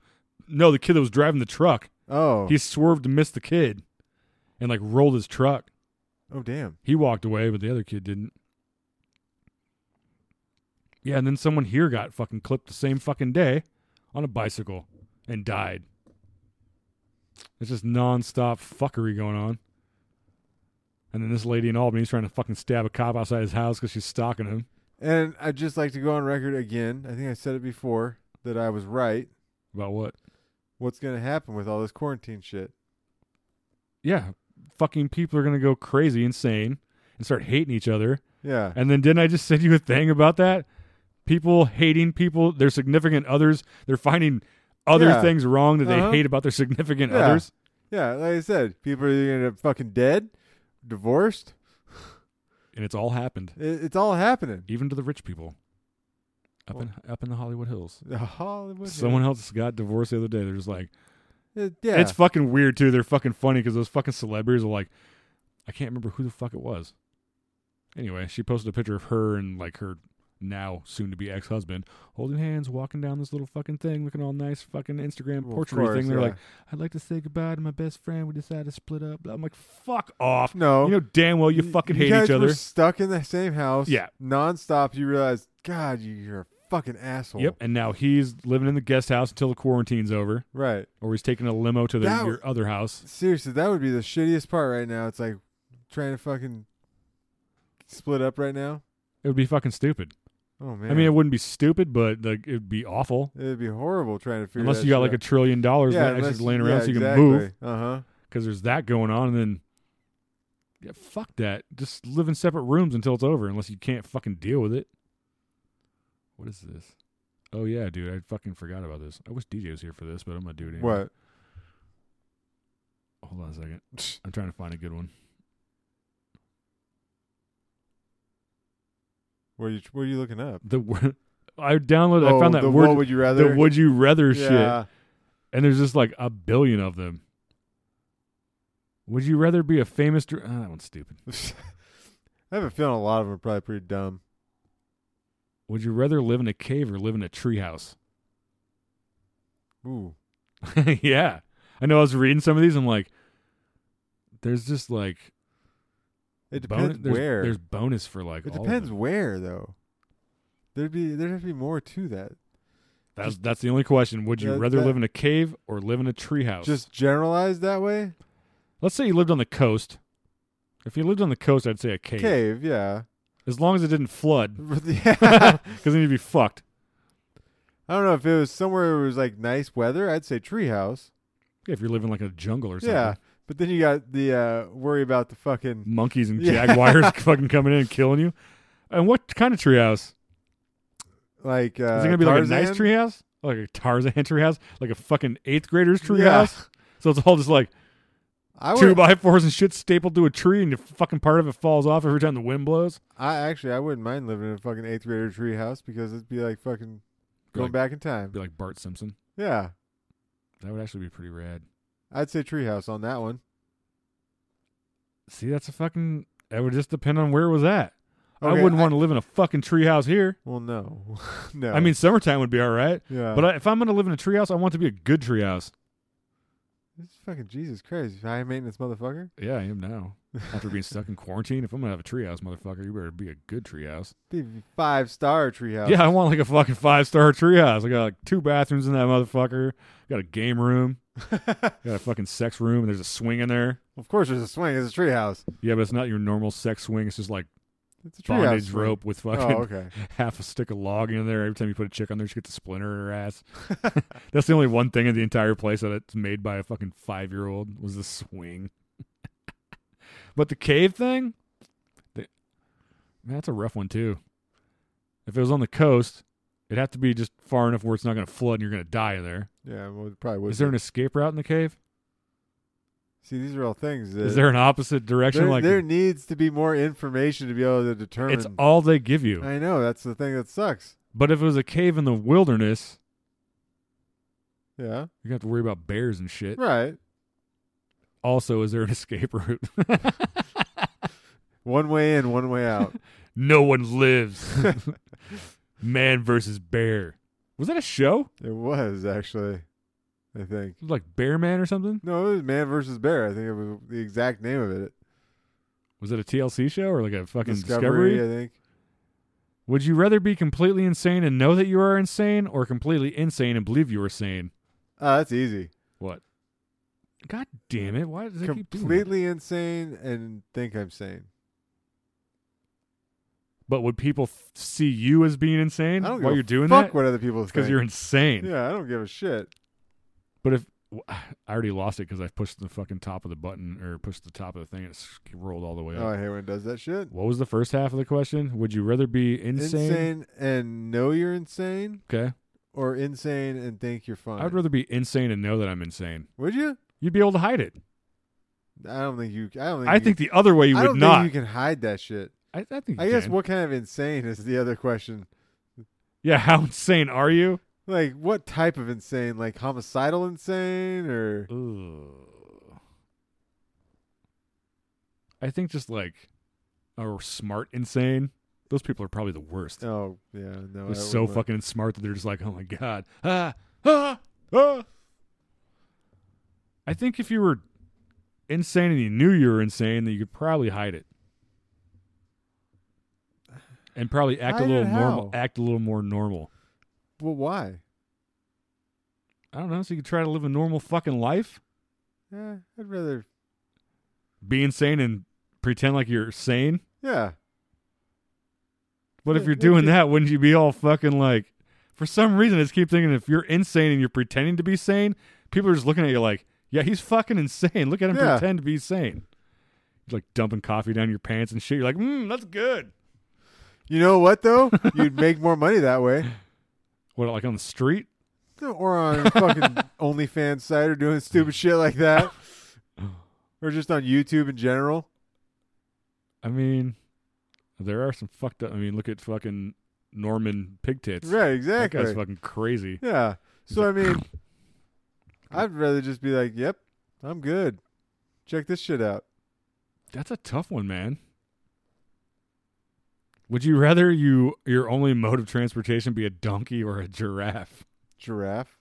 [SPEAKER 3] No, the kid that was driving the truck,
[SPEAKER 2] Oh,
[SPEAKER 3] he swerved to miss the kid and like rolled his truck.
[SPEAKER 2] oh, damn.
[SPEAKER 3] He walked away, but the other kid didn't. Yeah, and then someone here got fucking clipped the same fucking day on a bicycle and died. It's just nonstop fuckery going on. And then this lady in Albany's trying to fucking stab a cop outside his house because she's stalking him.
[SPEAKER 2] And I'd just like to go on record again. I think I said it before that I was right.
[SPEAKER 3] About what?
[SPEAKER 2] What's going to happen with all this quarantine shit?
[SPEAKER 3] Yeah, fucking people are gonna go crazy, insane, and start hating each other.
[SPEAKER 2] Yeah.
[SPEAKER 3] And then didn't I just send you a thing about that? People hating people, their significant others. They're finding other
[SPEAKER 2] Yeah.
[SPEAKER 3] things wrong that
[SPEAKER 2] Uh-huh.
[SPEAKER 3] they hate about their significant
[SPEAKER 2] Yeah.
[SPEAKER 3] others.
[SPEAKER 2] Yeah, like I said, people are either gonna fucking dead, divorced.
[SPEAKER 3] And it's all happened,
[SPEAKER 2] It, it's all happening.
[SPEAKER 3] even to the rich people. Up in up in the Hollywood Hills.
[SPEAKER 2] The Hollywood.
[SPEAKER 3] Someone else got divorced the other day. They're just like,
[SPEAKER 2] It- Uh, yeah.
[SPEAKER 3] it's fucking weird too. They're fucking funny because those fucking celebrities are like, I can't remember who the fuck it was. Anyway, she posted a picture of her and like her now soon to be ex husband, holding hands, walking down this little fucking thing, looking all nice, fucking Instagram
[SPEAKER 2] Well, of
[SPEAKER 3] portrait
[SPEAKER 2] course,
[SPEAKER 3] thing. They're
[SPEAKER 2] yeah.
[SPEAKER 3] like, I'd like to say goodbye to my best friend. We decided to split up. I'm like, fuck off.
[SPEAKER 2] No.
[SPEAKER 3] You know damn well you
[SPEAKER 2] Y-
[SPEAKER 3] fucking
[SPEAKER 2] you
[SPEAKER 3] hate
[SPEAKER 2] guys
[SPEAKER 3] each other.
[SPEAKER 2] Were stuck in the same house.
[SPEAKER 3] Yeah.
[SPEAKER 2] Nonstop. You realize, God, you, you're a fucking asshole.
[SPEAKER 3] Yep. And now he's living in the guest house until the quarantine's over,
[SPEAKER 2] Right.
[SPEAKER 3] or he's taking a limo to their,
[SPEAKER 2] That-
[SPEAKER 3] your other house.
[SPEAKER 2] Seriously, that would be the shittiest part right now. It's like trying to fucking split up right now.
[SPEAKER 3] It would be fucking stupid.
[SPEAKER 2] Oh man.
[SPEAKER 3] I mean, it wouldn't be stupid, but like it'd be awful.
[SPEAKER 2] it'd be horrible trying to figure.
[SPEAKER 3] Unless you got like a trillion dollars
[SPEAKER 2] yeah,
[SPEAKER 3] laying-
[SPEAKER 2] unless,
[SPEAKER 3] actually laying around
[SPEAKER 2] yeah,
[SPEAKER 3] so you can
[SPEAKER 2] exactly.
[SPEAKER 3] move,
[SPEAKER 2] Uh huh.
[SPEAKER 3] because there's that going on, and then yeah, fuck that. Just live in separate rooms until it's over, unless you can't fucking deal with it. What is this? Oh yeah, dude, I fucking forgot about this. I wish DJ was here for this, but I'm gonna do it anyway.
[SPEAKER 2] What?
[SPEAKER 3] Hold on a second. I'm trying to find a good one.
[SPEAKER 2] What are you? What are you looking up?
[SPEAKER 3] The wor- I downloaded. I
[SPEAKER 2] Oh,
[SPEAKER 3] found that
[SPEAKER 2] the
[SPEAKER 3] word.
[SPEAKER 2] What would you rather?
[SPEAKER 3] the would you rather shit.
[SPEAKER 2] yeah.
[SPEAKER 3] and there's just like a billion of them. Would you rather be a famous? Dr- ah, that one's stupid.
[SPEAKER 2] I have a feeling a lot of them are probably pretty dumb.
[SPEAKER 3] Would you rather live in a cave or live in a treehouse?
[SPEAKER 2] Ooh.
[SPEAKER 3] yeah, I know. I was reading some of these. I'm like, there's just like
[SPEAKER 2] It
[SPEAKER 3] bonus-
[SPEAKER 2] depends
[SPEAKER 3] there's,
[SPEAKER 2] where.
[SPEAKER 3] There's bonus for like.
[SPEAKER 2] it
[SPEAKER 3] all of
[SPEAKER 2] depends
[SPEAKER 3] them.
[SPEAKER 2] where though. There'd be there'd have to be more to that.
[SPEAKER 3] That's that's the only question. Would you
[SPEAKER 2] Yeah,
[SPEAKER 3] rather
[SPEAKER 2] that-
[SPEAKER 3] live in a cave or live in a treehouse?
[SPEAKER 2] Just generalized that way.
[SPEAKER 3] let's say you lived on the coast. If you lived on the coast, I'd say a cave.
[SPEAKER 2] Cave, yeah.
[SPEAKER 3] As long as it didn't flood,
[SPEAKER 2] yeah.
[SPEAKER 3] because then you'd be fucked.
[SPEAKER 2] I don't know if it was somewhere where it was like nice weather. I'd say treehouse.
[SPEAKER 3] Yeah, if you're living like in a jungle or something.
[SPEAKER 2] Yeah, but then you got the uh, worry about the fucking
[SPEAKER 3] monkeys and
[SPEAKER 2] Yeah.
[SPEAKER 3] jaguars fucking coming in and killing you. And what kind of treehouse?
[SPEAKER 2] like. Uh,
[SPEAKER 3] Is it gonna be like a nice
[SPEAKER 2] Tarzan?
[SPEAKER 3] treehouse, like a Tarzan treehouse, like a fucking eighth grader's treehouse?
[SPEAKER 2] Yeah.
[SPEAKER 3] So it's all just like
[SPEAKER 2] I
[SPEAKER 3] two
[SPEAKER 2] would.
[SPEAKER 3] by fours and shit stapled to a tree, and the fucking part of it falls off every time the wind blows.
[SPEAKER 2] I actually I wouldn't mind living in a fucking eighth grader treehouse because it'd be like fucking
[SPEAKER 3] Be
[SPEAKER 2] going
[SPEAKER 3] like-
[SPEAKER 2] back in time.
[SPEAKER 3] Be like Bart Simpson.
[SPEAKER 2] Yeah,
[SPEAKER 3] That would actually be pretty rad.
[SPEAKER 2] I'd say treehouse on that one.
[SPEAKER 3] See, that's a fucking. That would just depend on where it was at. I
[SPEAKER 2] Okay,
[SPEAKER 3] wouldn't want to live in a fucking treehouse here.
[SPEAKER 2] Well, no, no.
[SPEAKER 3] I mean, summertime would be all right,
[SPEAKER 2] yeah,
[SPEAKER 3] but I, if I'm gonna live in a treehouse, I want it to be a good treehouse.
[SPEAKER 2] this is fucking Jesus Christ, high maintenance motherfucker.
[SPEAKER 3] Yeah, I am now. After being stuck in quarantine, if I'm gonna have a treehouse, motherfucker, you better be a good treehouse.
[SPEAKER 2] Be five star treehouse.
[SPEAKER 3] Yeah, I want like a fucking five star treehouse. I got like two bathrooms in that motherfucker. Got a game room. Got a fucking sex room. And there's a swing in there.
[SPEAKER 2] of course, there's a swing. It's a treehouse.
[SPEAKER 3] Yeah, but it's not your normal sex swing. It's just like
[SPEAKER 2] It's a treehouse.
[SPEAKER 3] bondage
[SPEAKER 2] swing.
[SPEAKER 3] rope with fucking
[SPEAKER 2] Oh, okay.
[SPEAKER 3] half a stick of log in there. Every time you put a chick on there, she gets a splinter in her ass. That's the only one thing in the entire place that it's made by a fucking five year old was the swing. but the cave thing, the, man, that's a rough one too. If it was on the coast, it'd have to be just far enough where it's not going to flood and you're going to die in there.
[SPEAKER 2] Yeah, well, it probably would.
[SPEAKER 3] Is there
[SPEAKER 2] be.
[SPEAKER 3] an escape route in the cave?
[SPEAKER 2] See, these are all things. That
[SPEAKER 3] Is there an opposite direction?
[SPEAKER 2] there,
[SPEAKER 3] like
[SPEAKER 2] there needs to be more information to be able to determine.
[SPEAKER 3] it's all they give you.
[SPEAKER 2] I know that's the thing that sucks.
[SPEAKER 3] but if it was a cave in the wilderness,
[SPEAKER 2] Yeah,
[SPEAKER 3] you're going to have to worry about bears and shit.
[SPEAKER 2] right.
[SPEAKER 3] Also, is there an escape route?
[SPEAKER 2] One way in, one way out.
[SPEAKER 3] No one lives. Man versus bear. Was that a show?
[SPEAKER 2] it was actually, I think.
[SPEAKER 3] It was like Bear Man or something?
[SPEAKER 2] No, it was Man versus Bear. I think it was the exact name of it.
[SPEAKER 3] Was it a TLC show or like a fucking
[SPEAKER 2] Discovery,
[SPEAKER 3] Discovery?
[SPEAKER 2] I think.
[SPEAKER 3] Would you rather be completely insane and know that you are insane or completely insane and believe you are sane?
[SPEAKER 2] Ah, that's easy.
[SPEAKER 3] What? God damn it. Why does it keep doing that?
[SPEAKER 2] Completely insane and think I'm sane.
[SPEAKER 3] But would people f- see you as being insane
[SPEAKER 2] I don't
[SPEAKER 3] while
[SPEAKER 2] give
[SPEAKER 3] you're
[SPEAKER 2] a
[SPEAKER 3] doing
[SPEAKER 2] fuck
[SPEAKER 3] that?
[SPEAKER 2] what other people
[SPEAKER 3] Because
[SPEAKER 2] think.
[SPEAKER 3] you're insane.
[SPEAKER 2] Yeah, I don't give a shit.
[SPEAKER 3] But if w- I already lost it because I pushed the fucking top of the button or pushed the top of the thing and it sk- rolled all the way up.
[SPEAKER 2] Oh, I hate when it does that shit.
[SPEAKER 3] What was the first half of the question? Would you rather be insane?
[SPEAKER 2] Insane and know you're insane,
[SPEAKER 3] Okay.
[SPEAKER 2] or insane and think you're fine.
[SPEAKER 3] I'd rather be insane and know that I'm insane.
[SPEAKER 2] Would you?
[SPEAKER 3] You'd be able to hide it.
[SPEAKER 2] I don't think you. I don't think.
[SPEAKER 3] I
[SPEAKER 2] you,
[SPEAKER 3] think the other way you
[SPEAKER 2] I
[SPEAKER 3] would
[SPEAKER 2] don't
[SPEAKER 3] not.
[SPEAKER 2] think you can hide that shit.
[SPEAKER 3] I, I think.
[SPEAKER 2] I
[SPEAKER 3] you
[SPEAKER 2] guess
[SPEAKER 3] can.
[SPEAKER 2] what kind of insane is the other question.
[SPEAKER 3] Yeah. How insane are you?
[SPEAKER 2] Like what type of insane? Like homicidal insane or
[SPEAKER 3] I think just like a oh, smart insane. Those people are probably the worst.
[SPEAKER 2] Oh yeah, no.
[SPEAKER 3] They're
[SPEAKER 2] that
[SPEAKER 3] so
[SPEAKER 2] wouldn't-
[SPEAKER 3] fucking smart that they're just like, oh my god, ah, ah, ah. I think if you were insane and you knew you were insane, then you could probably hide it, and probably act
[SPEAKER 2] Hide
[SPEAKER 3] a
[SPEAKER 2] it
[SPEAKER 3] little normal.
[SPEAKER 2] how?
[SPEAKER 3] Act a little more normal.
[SPEAKER 2] Well, why?
[SPEAKER 3] I don't know. So you could try to live a normal fucking life,
[SPEAKER 2] Yeah, I'd rather.
[SPEAKER 3] be insane and pretend like you're sane.
[SPEAKER 2] Yeah,
[SPEAKER 3] But if
[SPEAKER 2] Yeah,
[SPEAKER 3] you're
[SPEAKER 2] yeah,
[SPEAKER 3] doing
[SPEAKER 2] yeah.
[SPEAKER 3] that, wouldn't you be all fucking like? For some reason, I just keep thinking if you're insane and you're pretending to be sane, people are just looking at you like, "Yeah, he's fucking insane. Look at him
[SPEAKER 2] Yeah.
[SPEAKER 3] pretend to be sane." You're like dumping coffee down your pants and shit. You're like, "Mmm, that's good."
[SPEAKER 2] you know what though? You'd make more money that way,
[SPEAKER 3] What, like on the street?
[SPEAKER 2] or on fucking OnlyFans site, or doing stupid shit like that, or just on YouTube in general.
[SPEAKER 3] I mean, there are some fucked up. I mean, look at fucking Norman Pig Tits.
[SPEAKER 2] Right,
[SPEAKER 3] That
[SPEAKER 2] exactly.
[SPEAKER 3] guy's fucking crazy.
[SPEAKER 2] Yeah.
[SPEAKER 3] He's
[SPEAKER 2] So I mean, I'd rather just be like, "Yep, I'm good. Check this shit out."
[SPEAKER 3] That's a tough one, man. Would you rather you your only mode of transportation be a donkey or a giraffe?
[SPEAKER 2] Giraffe,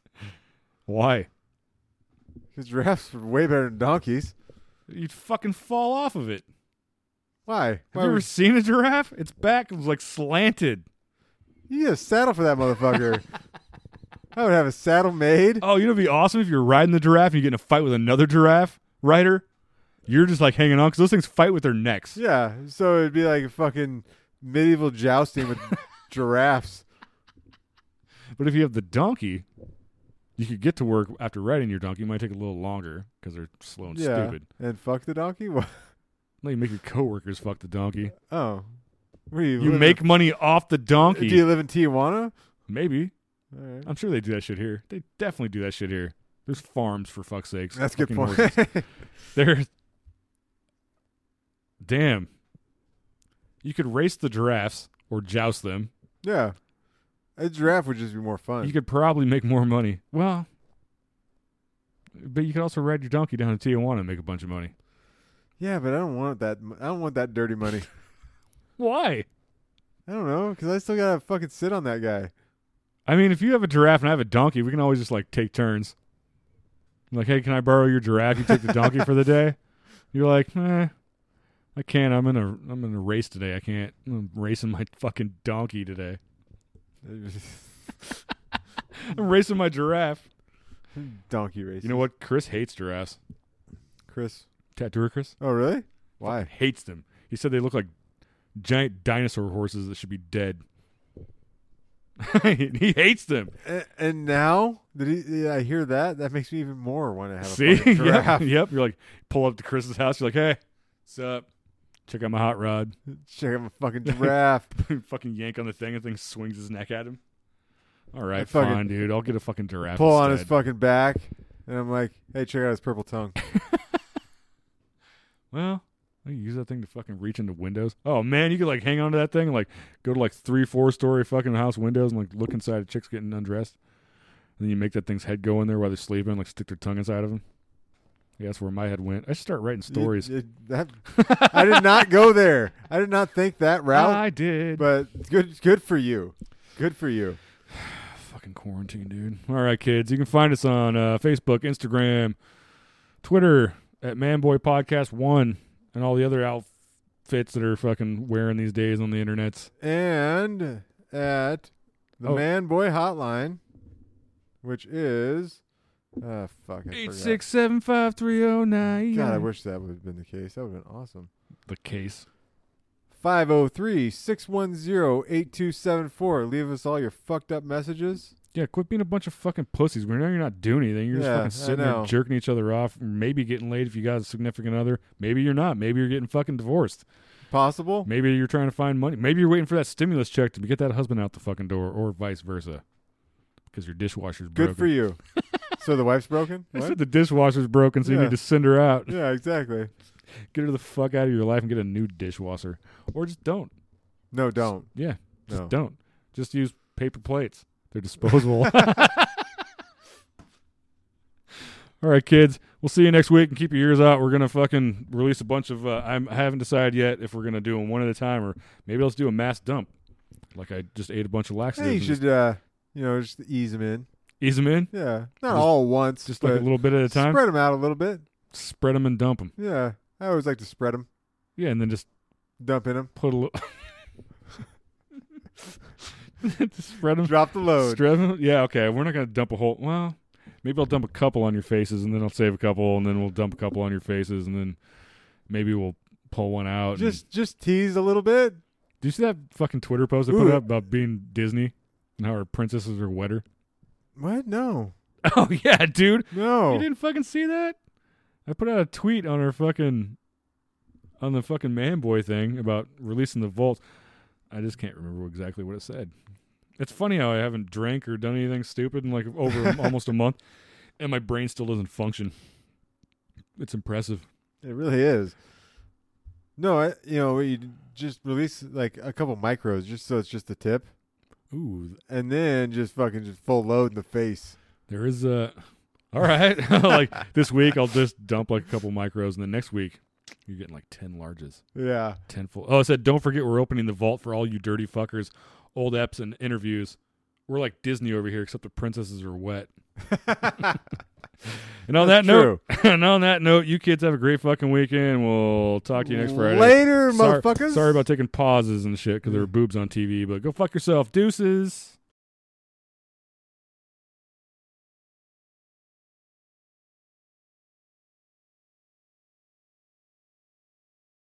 [SPEAKER 3] Why?
[SPEAKER 2] because giraffes are way better than donkeys.
[SPEAKER 3] You'd fucking fall off of it.
[SPEAKER 2] Why?
[SPEAKER 3] Have
[SPEAKER 2] Why
[SPEAKER 3] you ever
[SPEAKER 2] would-
[SPEAKER 3] seen a giraffe? Its back was like slanted.
[SPEAKER 2] you get a saddle for that motherfucker. I would have a saddle made.
[SPEAKER 3] Oh, you know, it'd be awesome if you're riding the giraffe and you get in a fight with another giraffe rider. You're just like hanging on because those things fight with their necks.
[SPEAKER 2] Yeah, so it'd be like a fucking medieval jousting with giraffes.
[SPEAKER 3] But if you have the donkey, you could get to work after riding your donkey. It might take a little longer because they're slow and
[SPEAKER 2] yeah,
[SPEAKER 3] stupid.
[SPEAKER 2] and fuck the donkey. What?
[SPEAKER 3] No, you make your coworkers fuck the donkey.
[SPEAKER 2] Oh, What do
[SPEAKER 3] You
[SPEAKER 2] live in-
[SPEAKER 3] make money off the donkey.
[SPEAKER 2] Do you live in Tijuana?
[SPEAKER 3] Maybe.
[SPEAKER 2] All right.
[SPEAKER 3] I'm sure they do that shit here. They definitely do that shit here. There's farms for fuck's sakes.
[SPEAKER 2] That's a good
[SPEAKER 3] Fucking
[SPEAKER 2] point.
[SPEAKER 3] horses. There's. Damn. You could race the giraffes or joust them.
[SPEAKER 2] yeah, a giraffe would just be more fun.
[SPEAKER 3] You could probably make more money. Well, but you could also ride your donkey down to Tijuana and make a bunch of money.
[SPEAKER 2] yeah, but I don't want that. m- I don't want that dirty money.
[SPEAKER 3] Why?
[SPEAKER 2] I don't know, cause I still gotta fucking sit on that guy.
[SPEAKER 3] I mean, if you have a giraffe and I have a donkey, we can always just like take turns. Like, hey, can I borrow your giraffe? You take the donkey for the day. You're like, eh, I can't. I'm in a I'm in a race today. I can't. I'm racing my fucking donkey today. I'm racing my giraffe.
[SPEAKER 2] Donkey race.
[SPEAKER 3] You know what? Chris hates giraffes.
[SPEAKER 2] Chris.
[SPEAKER 3] Tattooer Chris
[SPEAKER 2] Oh, really? Why?
[SPEAKER 3] hates them. He said they look like giant dinosaur horses that should be dead. he hates them.
[SPEAKER 2] And, and now that he, yeah, I hear that, that makes me even more want to have a
[SPEAKER 3] See?
[SPEAKER 2] fucking
[SPEAKER 3] yep.
[SPEAKER 2] giraffe.
[SPEAKER 3] yep. You're like, pull up to Chris's house. You're like, hey, what's up? Check out my hot rod.
[SPEAKER 2] Check out my fucking giraffe.
[SPEAKER 3] fucking yank on the thing. The thing swings his neck at him. All
[SPEAKER 2] I
[SPEAKER 3] right,
[SPEAKER 2] fucking-
[SPEAKER 3] fine, dude. I'll get a fucking giraffe.
[SPEAKER 2] pull on his
[SPEAKER 3] instead.
[SPEAKER 2] fucking back, and I'm like, "Hey, check out his purple tongue."
[SPEAKER 3] Well, I can use that thing to fucking reach into windows. Oh man, you could like hang on to that thing and like go to like three, four story fucking house windows and like look inside of chicks getting undressed. And then you make that thing's head go in there while they're sleeping, like stick their tongue inside of them. Yeah, that's where my head went. I should start writing stories.
[SPEAKER 2] You- you- that- I did not go there. I did not think that route.
[SPEAKER 3] I did.
[SPEAKER 2] But good, good for you. Good for you.
[SPEAKER 3] fucking quarantine, dude. All right, kids. You can find us on uh, Facebook, Instagram, Twitter at Manboy Podcast One, and all the other outfits that are fucking wearing these days on the internets.
[SPEAKER 2] And at the
[SPEAKER 3] Oh.
[SPEAKER 2] man boy hotline, which is uh, fuck, I
[SPEAKER 3] Eight
[SPEAKER 2] forgot.
[SPEAKER 3] six seven five three zero nine.
[SPEAKER 2] God, I wish that would have been the case. That would have been awesome.
[SPEAKER 3] the case.
[SPEAKER 2] 503 610 8274. Leave us all your fucked up messages.
[SPEAKER 3] Yeah, quit being a bunch of fucking pussies. We know you're not doing anything. You're
[SPEAKER 2] Yeah,
[SPEAKER 3] just
[SPEAKER 2] I
[SPEAKER 3] fucking sitting there
[SPEAKER 2] know.
[SPEAKER 3] jerking each other off. Maybe getting laid if you got a significant other. Maybe you're not. Maybe you're getting fucking divorced.
[SPEAKER 2] Possible?
[SPEAKER 3] Maybe you're trying to find money. Maybe you're waiting for that stimulus check to get that husband out the fucking door, or vice versa, because your dishwasher's broken.
[SPEAKER 2] Good for you. so the wife's broken?
[SPEAKER 3] I
[SPEAKER 2] What?
[SPEAKER 3] said the dishwasher's broken, so you
[SPEAKER 2] Yeah.
[SPEAKER 3] need to send her out.
[SPEAKER 2] Yeah, exactly.
[SPEAKER 3] Get her the fuck out of your life and get a new dishwasher, or just don't.
[SPEAKER 2] No, don't.
[SPEAKER 3] Yeah, just
[SPEAKER 2] No.
[SPEAKER 3] don't. Just use paper plates. They're disposable. All right, kids. We'll see you next week and keep your ears out. We're gonna fucking release a bunch of. Uh, I'm, I haven't decided yet if we're gonna do them one at a time or maybe let's do a mass dump. Like I just ate a bunch of
[SPEAKER 2] I think you
[SPEAKER 3] laxatives. and
[SPEAKER 2] should, uh, you know, just ease them in.
[SPEAKER 3] ease them in,
[SPEAKER 2] Yeah, not
[SPEAKER 3] Just-
[SPEAKER 2] all at once,
[SPEAKER 3] just
[SPEAKER 2] but
[SPEAKER 3] like a little bit at a time.
[SPEAKER 2] Spread them out a little bit.
[SPEAKER 3] Spread them and dump them.
[SPEAKER 2] Yeah, I always like to spread them,
[SPEAKER 3] Yeah, and then just
[SPEAKER 2] dump in them,
[SPEAKER 3] put a little. just spread them.
[SPEAKER 2] drop the load.
[SPEAKER 3] Yeah, okay. We're not gonna dump a whole. Well, maybe I'll dump a couple on your faces, and then I'll save a couple, and then we'll dump a couple on your faces, and then maybe we'll pull one out. and-
[SPEAKER 2] Just just tease a little bit.
[SPEAKER 3] Do you see that fucking Twitter post I put
[SPEAKER 2] Ooh.
[SPEAKER 3] up about being Disney and how our princesses are wetter?
[SPEAKER 2] What? No,
[SPEAKER 3] Oh yeah, dude. You
[SPEAKER 2] no.
[SPEAKER 3] didn't fucking see that? I put out a tweet on our fucking on the fucking man boy thing about releasing the vaults. I just can't remember exactly what it said. It's funny how I haven't drank or done anything stupid in like over almost a month and my brain still doesn't function. It's impressive.
[SPEAKER 2] It really is. No, I, you know, you just release like a couple micros, just so it's just the tip,
[SPEAKER 3] Ooh,
[SPEAKER 2] and then just fucking just full load in the face.
[SPEAKER 3] There is a. All right. like this week, I'll just dump like a couple micros, and then next week, you're getting like 10 larges.
[SPEAKER 2] Yeah,
[SPEAKER 3] 10 full. Oh, I said, don't forget we're opening the vault for all you dirty fuckers, old eps, and interviews. We're like Disney over here, except the princesses are wet. and on
[SPEAKER 2] That's
[SPEAKER 3] that note, and on that note, you kids have a great fucking weekend. We'll talk to you next Friday.
[SPEAKER 2] Later,
[SPEAKER 3] Sorry-
[SPEAKER 2] motherfuckers.
[SPEAKER 3] Sorry about taking pauses and shit because there were boobs on TV, but go fuck yourself. Deuces.